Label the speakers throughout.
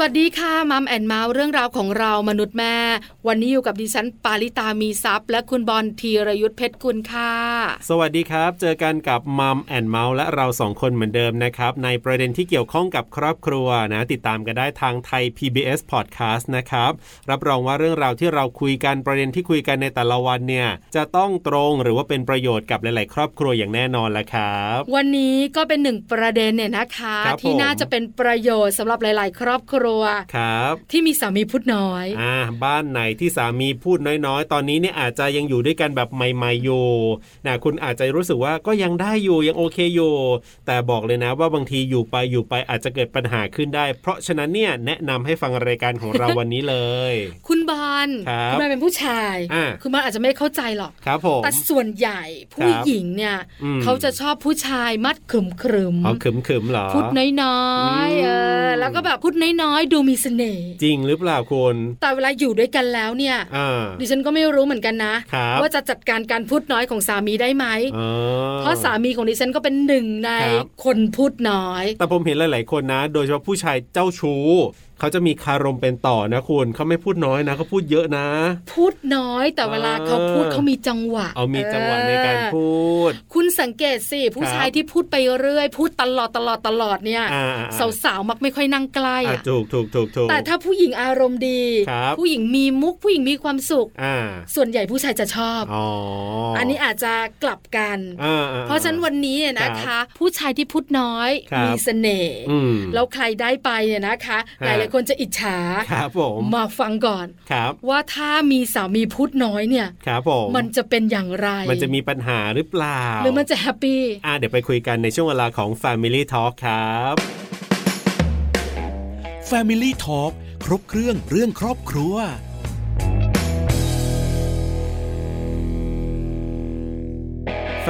Speaker 1: สวัสดีค่ะมัมแอนเมาส์เรื่องราวของเรามนุษย์แม่ วันนี้อยู่กับดิฉันปาริตามีซัพย์ และคุณบอลธีรยุทธเพชรกุลค่ะ
Speaker 2: สวัสดีครับ เจอกันกับมัมแอนเมาส์และเราสองคนเหมือนเดิมนะครับ ในประเด็นที่เกี่ยวข้องกับครอบครัวนะ ติดตามกันได้ทางไทย PBS Podcast นะครับ รับรองว่าเรื่องราวที่เราคุยกันประเด็นที่คุยกันในแต่ละวันเนี่ย จะต้องตรงหรือว่าเป็นประโยชน์กับหลาย ๆ ครอบครัวอย่างแน่นอนละครับ
Speaker 1: วันนี้ก็เป็นหนึ่งประเด็นเนี่ยนะคะ
Speaker 2: ครับ
Speaker 1: ที่
Speaker 2: ผม
Speaker 1: น่าจะเป็นประโยชน์สำหรับหลาย ๆ ครอบครัว
Speaker 2: ครับ
Speaker 1: ที่มีสามีพูดน้อย
Speaker 2: อ่าบ้านไหนที่สามีพูดน้อยๆ ตอนนี้เนี่ยอาจจะยังอยู่ด้วยกันแบบใหม่ๆอยู่นะคุณอาจจะรู้สึกว่าก็ยังได้อยู่ยังโอเคอยู่ แต่บอกเลยนะว่าบางทีอยู่ไปอยู่ไปอาจจะเกิดปัญหาขึ้นได้ เพราะฉะนั้นเนี่ยแนะนำให้ฟังรายการของเรา วันนี้เลย
Speaker 1: คุณบอล
Speaker 2: ครับ
Speaker 1: ณบอลเป็นผู้ชาย
Speaker 2: อ่า
Speaker 1: คุณบอลอาจจะไม่เข้าใจหรอก
Speaker 2: ครับผม
Speaker 1: แต่ส่วนใหญ่ผู้หญิงเนี่ย
Speaker 2: อืม
Speaker 1: เขาจะชอบผู้ชายมัดขึ้มขรึมๆ
Speaker 2: เอาขึมๆเหรอ
Speaker 1: พูดน้อยๆเอออ
Speaker 2: ม
Speaker 1: แล้วก็แบบพูดน้อยๆ ดูมีเสน่ห์
Speaker 2: จริงหรือเปล่าคุณ
Speaker 1: แต่เวลาอยู่ด้วยกันแล้วเนี่ย
Speaker 2: อ่า
Speaker 1: ดิฉันก็ไม่รู้เหมือนกันนะ
Speaker 2: ครับ
Speaker 1: ว่าจะจัดการการพูดน้อยของสามีได้ไหม
Speaker 2: อ๋อ
Speaker 1: เพราะสามีของดิฉันก็เป็นหนึ่งใน
Speaker 2: ครับ
Speaker 1: คนพูดน้อย
Speaker 2: แต่ผมเห็นหลาย ๆ คนนะ โดยเฉพาะผู้ชายเจ้าชู้เขาจะมีคารมเป็นต่อนะคุณเขาไม่พูดน้อยนะเขาพูดเยอะนะ
Speaker 1: พูดน้อยแต่เวลา
Speaker 2: เออ
Speaker 1: เขาพูดเขามีจังหวะ
Speaker 2: เอามีจังหวะในการ
Speaker 1: ด
Speaker 2: พูด
Speaker 1: คุณสังเกตสิผู้ชายที่พูดไปเรื่อย พูดตลอดตลอดตลอดเนี่ย
Speaker 2: อ่าอ่าอ่า
Speaker 1: สาวๆมักไม่ค่อยนั่งใกล้
Speaker 2: อ่ะ
Speaker 1: อะ
Speaker 2: ถูกถูกถูกถูก
Speaker 1: แต่ถ้าผู้หญิงอารมณ์ดี
Speaker 2: ครับ
Speaker 1: ผู้หญิงมีมุกผู้หญิงมีความสุข
Speaker 2: อ่า
Speaker 1: ส่วนใหญ่ผู้ชายจะชอบ
Speaker 2: อ๋อ
Speaker 1: อั
Speaker 2: อั
Speaker 1: นนี้อาจจะกลับกัน
Speaker 2: อ่าอ่
Speaker 1: เพราะฉะนั้นวันนี้เนี่ยนะ
Speaker 2: ค
Speaker 1: คะ
Speaker 2: รับ
Speaker 1: ผู้ชายที่พูดน้อย
Speaker 2: ครับ
Speaker 1: มีเสน่ห์
Speaker 2: อืม
Speaker 1: แล้วใครได้ไปเนี่ยนะคะ ห
Speaker 2: ฮะ
Speaker 1: ลายๆคนจะอิจฉา
Speaker 2: ครับผม
Speaker 1: มาฟังก่อน
Speaker 2: ครับ
Speaker 1: ว่าถ้ามีสามีพูดน้อยเนี่ย
Speaker 2: ครับผม
Speaker 1: มันจะเป็นอย่างไร
Speaker 2: มันจะมีปัญหาหรือเปล่า
Speaker 1: หรือมันจะแฮปปี้
Speaker 2: อ่าเดี๋ยวไปคุยกันในช่วงเวลาของ Family Talk ครับ
Speaker 3: Family Talk ครบเครื่องเรื่องครอบครัว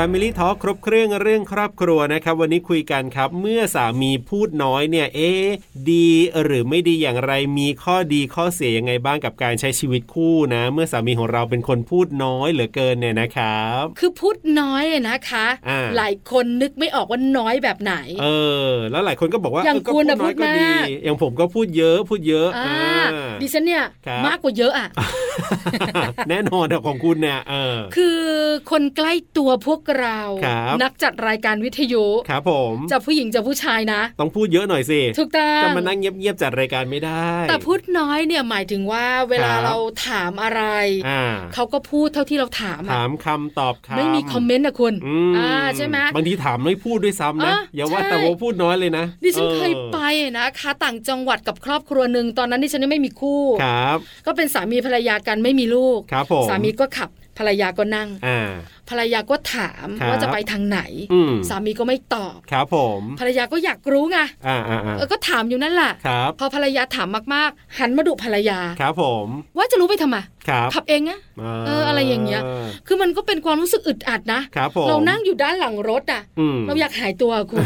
Speaker 2: Family Talk ครบเครื่องเรื่องครอบครัวนะครับ วันนี้คุยกันครับ เมื่อสามีพูดน้อยเนี่ย เอ๊ะดีหรือไม่ดีอย่างไรมีข้อดีข้อเสียยังไงบ้างกับการใช้ชีวิตคู่นะ เมื่อสามีของเราเป็นคนพูดน้อยเหลือเกินเนี่ยนะครับ
Speaker 1: คือพูดน้อยเนี่ยนะคะ
Speaker 2: อ่า
Speaker 1: หลายคนนึกไม่ออกว่าน้อยแบบไหน
Speaker 2: เออ แล้วหลายคนก็บอกว่า
Speaker 1: อย่าง
Speaker 2: เก็
Speaker 1: คุณน่ะ
Speaker 2: น้อย
Speaker 1: พูดมาก
Speaker 2: อย่างผมก็พูดเยอะพูดเยอะ
Speaker 1: อ่า
Speaker 2: อ่า
Speaker 1: ดิฉันเนี่ย
Speaker 2: ครับ
Speaker 1: มากกว่าเยอะอ่ะ
Speaker 2: แน่นอนอะของคุณเนี่ยเออ
Speaker 1: คือคนใกล้ตัวพวกเรา
Speaker 2: ครับ
Speaker 1: นักจัดรายการวิทยุ
Speaker 2: ครับผม
Speaker 1: จะผู้หญิงจะผู้ชายนะ
Speaker 2: ต้องพูดเยอะหน่อยสิ
Speaker 1: ถูกต้อง
Speaker 2: จะมานั่งเงียบๆจัดรายการไม่ได้
Speaker 1: แต่พูดน้อยเนี่ยหมายถึงว่าเวลา
Speaker 2: ครับ
Speaker 1: เราถามอะไร
Speaker 2: อ่า
Speaker 1: เขาก็พูดเท่าที่เราถามอะ
Speaker 2: ถามคำตอบคำ
Speaker 1: ไม่มีคอมเมนต์นะคุณ
Speaker 2: อืม
Speaker 1: ใช่ไหม
Speaker 2: บางทีถามไม่พูดด้วยซ้ำนะ
Speaker 1: อ่ะ
Speaker 2: อย่าว่า
Speaker 1: ใช่
Speaker 2: แต่ว่าพูดน้อยเลยนะ
Speaker 1: ดิฉันเคย
Speaker 2: ออ
Speaker 1: ไปนะคะต่างจังหวัดกับครอบครัวหนึ่งตอนนั้นดิฉันยังไม่มีคู่
Speaker 2: ครับ
Speaker 1: ก็เป็นสามีภรรยากันไม่มีลูก
Speaker 2: ครับผม
Speaker 1: สามีก็ขับภรรยาก็นั่ง
Speaker 2: อ่า
Speaker 1: ภรรยาก็ถาม
Speaker 2: ครับ
Speaker 1: ว่าจะไปทางไหน
Speaker 2: อืม
Speaker 1: สามีก็ไม่ตอบ
Speaker 2: ครับผม
Speaker 1: ภรรยาก็อยากรู้ไง
Speaker 2: อ่าอ่าอ่า
Speaker 1: เออก็ถามอยู่นั่นแหละ
Speaker 2: ครับ
Speaker 1: พอภรรยาถามมากๆ หันมาดุภรรยา
Speaker 2: ครับผม
Speaker 1: ว่าจะรู้ไปทำไม
Speaker 2: ครับ
Speaker 1: ขับเองนะเอออะไรอย่างเงี้ย คือมันก็เป็นความรู้สึกอึดอัดนะ
Speaker 2: ครับผม
Speaker 1: เรานั่งอยู่ด้านหลังรถอ่ะ
Speaker 2: อืม
Speaker 1: เราอยากหายตัวอะ คุณ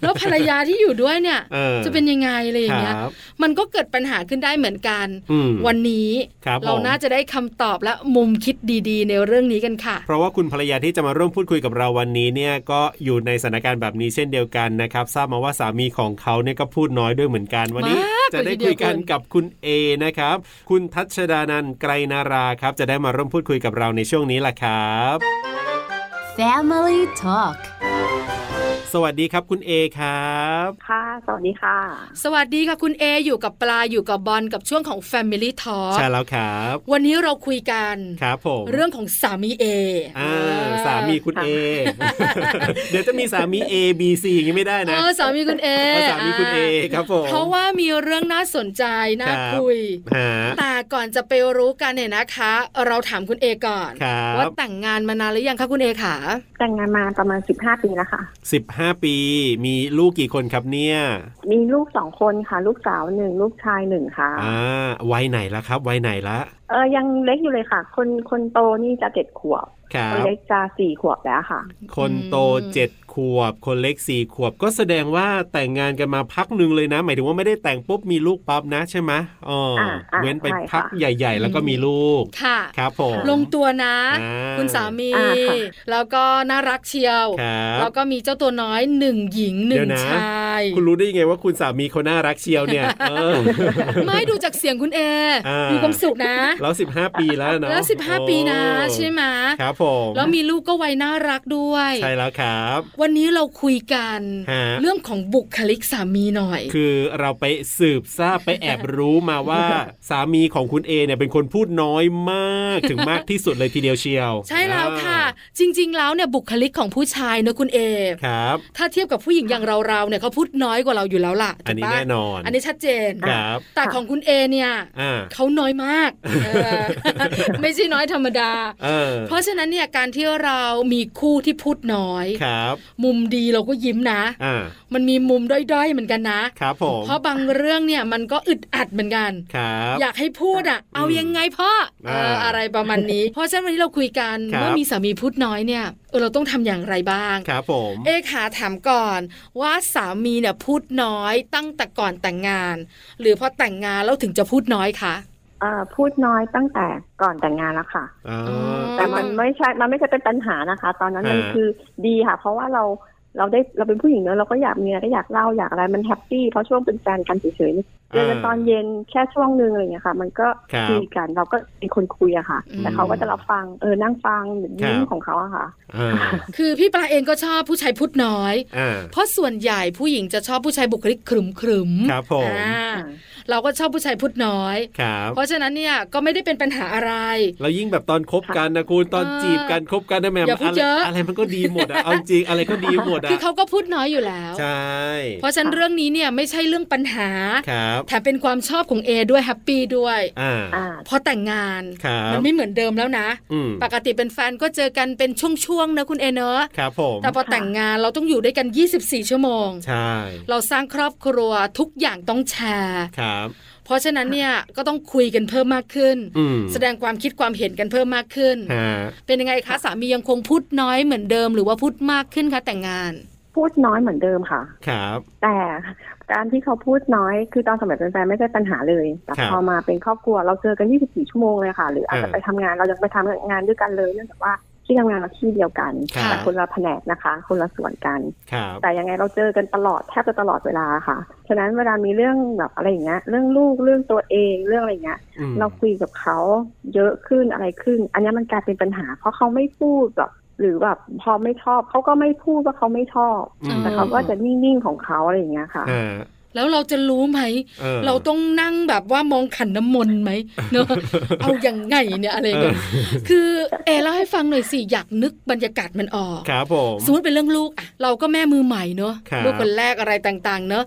Speaker 1: แล้วภรรยาที่อยู่ด้วยเนี่ย
Speaker 2: เออ
Speaker 1: จะเป็นยังไงอะไรอย่างเงี้ย
Speaker 2: ครับ
Speaker 1: มันก็เกิดปัญหาขึ้นได้เหมือนกัน
Speaker 2: อืม
Speaker 1: วันนี้
Speaker 2: ครับ
Speaker 1: เรา
Speaker 2: ผม
Speaker 1: น่าจะได้คำตอบและมุมคิดดีๆ ในเรื่องนี้กันค่ะ
Speaker 2: เพราะว่าคุณภรรยาที่จะมาร่วมพูดคุยกับเราวันนี้เนี่ยก็อยู่ในสถานการณ์แบบนี้เช่นเดียวกันนะครับ ทราบมาว่าสามีของเขาเนี่ยก็พูดน้อยด้วยเหมือนกัน วันนี้
Speaker 1: มาก
Speaker 2: จะได้
Speaker 1: เลยทีเดียว
Speaker 2: คุยกัน
Speaker 1: คุณ
Speaker 2: กับคุณเอนะครับ คุณทัชดานันท์ไกรนาราครับ จะได้มาร่วมพูดคุยกับเราในช่วงนี้แหละครับ
Speaker 4: Family Talk
Speaker 2: สวัสดีครับคุณเอครับ
Speaker 5: ค่ะ สวัสดีค่ะ
Speaker 1: สวัสดีค่ะคุณเออยู่กับปลาอยู่กับบอลกับช่วงของ Family Talk
Speaker 2: ใช่แล้วครับ
Speaker 1: วันนี้เราคุยกัน
Speaker 2: ครับผม
Speaker 1: เรื่องของสามีเอ
Speaker 2: อ่า
Speaker 1: เออ
Speaker 2: สามีคุณเอ เดี๋ยวจะมีสามี A B C อย่างนี้ไม่ได้นะ
Speaker 1: เออสามีคุณเอ
Speaker 2: เออสามีคุณเอครับผม
Speaker 1: เพราะว่ามีเรื่องน่าสนใจน่า
Speaker 2: ครับ
Speaker 1: คุย
Speaker 2: ฮะ
Speaker 1: แต่ก่อนจะไปรู้กันเนี่ยนะคะ เราถามคุณเอก่อน
Speaker 2: ครับ
Speaker 1: ว่าแต่งงานมานานหรือยังคะคุณเอขา
Speaker 5: แต่งงานมาประมาณ 15 ปีแล้วค่ะ
Speaker 2: สิบห้าปีมีลูกกี่คนครับเนี่ย
Speaker 5: มีลูกสองคนค่ะ ลูกสาวหนึ่งลูกชายหนึ่งค่ะ
Speaker 2: อ่าวัยไหนละครับวัยไหนละ
Speaker 5: เออยังเล็กอยู่เลยค่ะ คนคนโตนี่จะเจ็ดขวบ
Speaker 2: ครั
Speaker 5: คน
Speaker 2: บ
Speaker 5: เล็กจะสี่ขวบแล้วค่ะ
Speaker 2: คนโต
Speaker 1: อืม
Speaker 2: เจ็ดขวบ คนเล็กสี่ขวบ ก็แสดงว่าแต่งงานกันมาพักหนึ่งเลยนะ หมายถึงว่าไม่ได้แต่งปุ๊บมีลูกปั๊บนะใช่ไหมอ๋ออา
Speaker 5: อ่า
Speaker 2: เว้นไป
Speaker 5: ใช่ค่ะ
Speaker 2: พักใหญ่ ๆ แล้วก็มีลูก
Speaker 1: ค่ะ
Speaker 2: ครับผม
Speaker 1: ลงตัวนะ
Speaker 2: อ่า
Speaker 1: คุณสามี
Speaker 5: อ่าค่ะ
Speaker 1: แล้วก็น่ารักเชียว
Speaker 2: ครับ
Speaker 1: แล้วก็มีเจ้าตัวน้อยหนึ่งหญิงหนึ่
Speaker 2: เดี๋
Speaker 1: ง
Speaker 2: ยวนะ
Speaker 1: ชาย
Speaker 2: คุณรู้ได้ยังไงว่าคุณสามีเขาน่ารักเชียว เนี่ยเออ
Speaker 1: ไม่ดูจากเสียงคุณเอ
Speaker 2: อ่ามี
Speaker 1: มีความสุขนะ
Speaker 2: แล้วสิบห้าปีแล้วเนาะ
Speaker 1: แล้วสิบห้าปีนะใช่ไหม
Speaker 2: ครับผม
Speaker 1: แล้วมีลูกก็วัยน่ารักด้วย
Speaker 2: ใช่แล้วครับ
Speaker 1: วันนี้เราคุยกัน
Speaker 2: ฮะ
Speaker 1: เรื่องของบุคลิกสามีหน่อย
Speaker 2: คือเราไปสืบทราบไปแอบรู้มาว่า สามีของคุณเอเนี่ยเป็นคนพูดน้อยมาก ถึงมากที่สุดเลยทีเดียวเชียว
Speaker 1: ใช่แล้วค่ะ
Speaker 2: อ่า
Speaker 1: จริง ๆ แล้วเนี่ยบุคลิกของผู้ชายเนอะคุณเอ
Speaker 2: ครับ
Speaker 1: ถ้าเทียบกับผู้หญิงอย่างเราเราๆเนี่ยเขาพูดน้อยกว่าเราอยู่แล้วล่ะ
Speaker 2: อันนี้
Speaker 1: ถูกปะ
Speaker 2: แน่นอน
Speaker 1: อันนี้ชัดเจน
Speaker 2: ครับ
Speaker 1: แต่ของคุณเอเนี่ย
Speaker 2: อ่า
Speaker 1: เขาน้อยมากเออ ไม่ใช่น้อยธรรมดา
Speaker 2: เออ
Speaker 1: เพราะฉะนั้นเนี่ยการที่เรามีคู่ที่พูดน้อย
Speaker 2: ครับ
Speaker 1: มุมดีเราก็ยิ้มนะ
Speaker 2: อ่า
Speaker 1: มันมีมุมด้อยๆเหมือนกันนะ
Speaker 2: ครับผม
Speaker 1: เพราะบางเรื่องเนี่ยมันก็อึดอัดเหมือนกัน
Speaker 2: ครับ
Speaker 1: อยากให้พูดอ่ะ เอายังไงพ่อเออ
Speaker 2: อ่า
Speaker 1: อะไรประมาณ นี้ เพราะฉะนั้นวันนี้เราคุยกัน
Speaker 2: ครับ
Speaker 1: เมื่อมีสามีพูดน้อยเนี่ยเออเราต้องทำอย่างไรบ้าง
Speaker 2: ครับผม
Speaker 1: เอขาถามก่อนว่าสามีเนี่ยพูดน้อยตั้งแต่ก่อนแต่งงาน หรือพอแต่งงานแล้วถึงจะพูดน้อยคะ
Speaker 5: เอ่อพูดน้อยตั้งแต่ก่อนแต่งงานแล้วค่ะ
Speaker 2: อ่า
Speaker 1: ม
Speaker 5: แต่มันไม่ใช่มันไม่ใช่เป็นปัญหานะคะ ตอนนั้นมัน
Speaker 2: ฮะ
Speaker 5: คือดีค่ะ เพราะว่าเราเราได้เราเป็นผู้หญิงเนอะเราก็อยากมีอะไรก็อยากเล่าอยากอะไรมันแฮปปี้เพราะช่วงเป็นแฟนกันเฉยๆเจอกันตอนเย็นแค่ช่วงหนึ่งอะไรอย่างเงี้ยค่ะ มันก็
Speaker 2: ครับ
Speaker 5: ยกันเราก็เป็นคนคุยอะค่ะ
Speaker 1: อืม
Speaker 5: แต่เขาก็จะรับฟังเออนั่งฟังหรือยิ้ม
Speaker 2: ครับ
Speaker 5: ของเขาอะค่ะ
Speaker 2: อ่า
Speaker 1: คือพี่ปลาเองก็ชอบผู้ชายพูดน้อย
Speaker 2: อ่า
Speaker 1: เพราะส่วนใหญ่ผู้หญิงจะชอบผู้ชายบุคลิกขรึมขรึมๆ
Speaker 2: ครับผม
Speaker 1: อ่าเราก็ชอบผู้ชายพูดน้อย
Speaker 2: ครับ
Speaker 1: เพราะฉะนั้นเนี่ยก็ไม่ได้เป็นปัญหาอะไร
Speaker 2: แล้วยิ่งแบบตอนคบกันนะคุณตอน
Speaker 1: เออ
Speaker 2: จีบกันคบกันนะแหม่ม
Speaker 1: อย่าพูดเยอะ
Speaker 2: ไรมันก็ดีหม ดอะเอาจริงอะไรก็ดีหมดอะ
Speaker 1: คือเขาก็พูดน้อยอยู่แล้ว
Speaker 2: ใช่
Speaker 1: เพราะฉะนั้นเรื่องนี้เนี่ยไม่ใช่เรื่องปัญหา
Speaker 2: ครับ
Speaker 1: แถมเป็นความชอบของเอด้วยแฮปปี้ด้วย
Speaker 2: อ่า
Speaker 5: อ่า
Speaker 1: พอแต่งงาน
Speaker 2: ครับ
Speaker 1: มันไม่เหมือนเดิมแล้วนะ
Speaker 2: อืม
Speaker 1: ปกติเป็นแฟนก็เจอกันเป็นช่วงๆนะคุณเอเนอะ
Speaker 2: ครับผม
Speaker 1: แต่พอแต่งงานเราต้องอยู่ด้วยกัน 24 ชั่วโมง
Speaker 2: ใช่
Speaker 1: เราสร้างครอบครัวทุกอย่างต้องแชร์
Speaker 2: ครับ
Speaker 1: เพราะฉะนั้นเนี่ยก็ต้องคุยกันเพิ่มมากขึ้น
Speaker 2: อืม
Speaker 1: แสดงความคิดความเห็นกันเพิ่มมากขึ้น
Speaker 2: ฮะ
Speaker 1: เป็นยังไงคะสามียังคงพูดน้อยเหมือนเดิมหรือว่าพูดมากขึ้นคะแต่งงาน
Speaker 5: พูดน้อยเหมือนเดิมค่ะ
Speaker 2: ครับ
Speaker 5: แต่การที่เขาพูดน้อยคือตอนสมัยเป็นแฟนไม่ใช่ปัญหาเลย แต่
Speaker 2: ครับ
Speaker 5: พอมาเป็นครอบครัวเราเจอกัน 24 ชั่วโมงเลยค่ะ หรืออาจจะ
Speaker 2: อ่า
Speaker 5: ไปทำงานเรายังไปทำงานด้วยกันเลยเนื่องจากว่าที่ทำงานเราที่เดียวกัน
Speaker 2: ครับ
Speaker 5: แต่คนละแผนกนะคะ คนละส่วนกัน
Speaker 2: ครับ
Speaker 5: แต่ยังไงเราเจอกันตลอดแทบจะตลอดเวลาค่ะ ฉะนั้นเวลามีเรื่องแบบอะไรอย่างเงี้ย เรื่องลูกเรื่องตัวเองเรื่องอะไรอย่างเงี้ย
Speaker 2: อืม
Speaker 5: เราคุยกับเขาเยอะขึ้นอะไรขึ้น อันเนี้ยมันกลายเป็นปัญหา เพราะเขาไม่พูดแบบหรือแบบพอไม่ชอบเขาก็ไม่พูดว่าเขาไม่ชอบ
Speaker 2: อืม
Speaker 5: แต่เขาก็จะนิ่งๆของเขาอะไรอย่างเงี้ยค่ะ
Speaker 2: ฮะ
Speaker 1: แล้วเราจะรู้ไหม
Speaker 2: ออ
Speaker 1: เราต้องนั่งแบบว่ามองขันน้ำมนต์ไหมเน อะ เอาอย่างไงเนี่ยอะไรกัน
Speaker 2: เอ
Speaker 1: คือเอเล่าให้ฟังหน่อยสิอยากนึกบรรยากาศมันออก
Speaker 2: ครับผม
Speaker 1: สมมติเป็นเรื่องลูกอะเราก็แม่มือใหม่เนอะ
Speaker 2: ครับ
Speaker 1: ลูกคนแรกอะไรต่างๆ เนอะ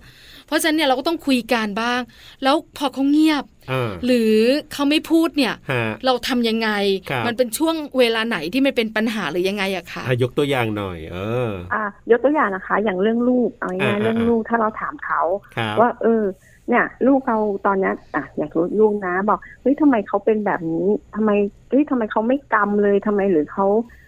Speaker 1: เพราะฉะนั้นเนี่ยเราก็ต้องคุยกันบ้าง แล้วพอเขาเงียบ
Speaker 2: อ่า
Speaker 1: หรือเขาไม่พูดเนี่ย
Speaker 2: ฮะ
Speaker 1: เราทำยังไง
Speaker 2: ครับ
Speaker 1: มันเป็นช่วงเวลาไหนที่มันเป็นปัญหาหรือยังไงอะคะ
Speaker 2: อ่ะยกตัวอย่างหน่อย เออ
Speaker 5: อ่ะยกตัวอย่างนะคะ อย่างเรื่องลูกเอาง่า
Speaker 2: อ่า
Speaker 5: ยๆเรื่อง
Speaker 2: อ่า
Speaker 5: ลูกถ้าเราถามเขา
Speaker 2: ครับ
Speaker 5: ว่า เออ เนี่ย ลูกเราตอนเนี้ยอ่ะอยากรู้ลูกนะ บอกเฮ้ยทำไมเขาเป็นแบบนี้ทำไมเฮ้ยทำไมเขาไม่กำเลยทำไมหรือเขา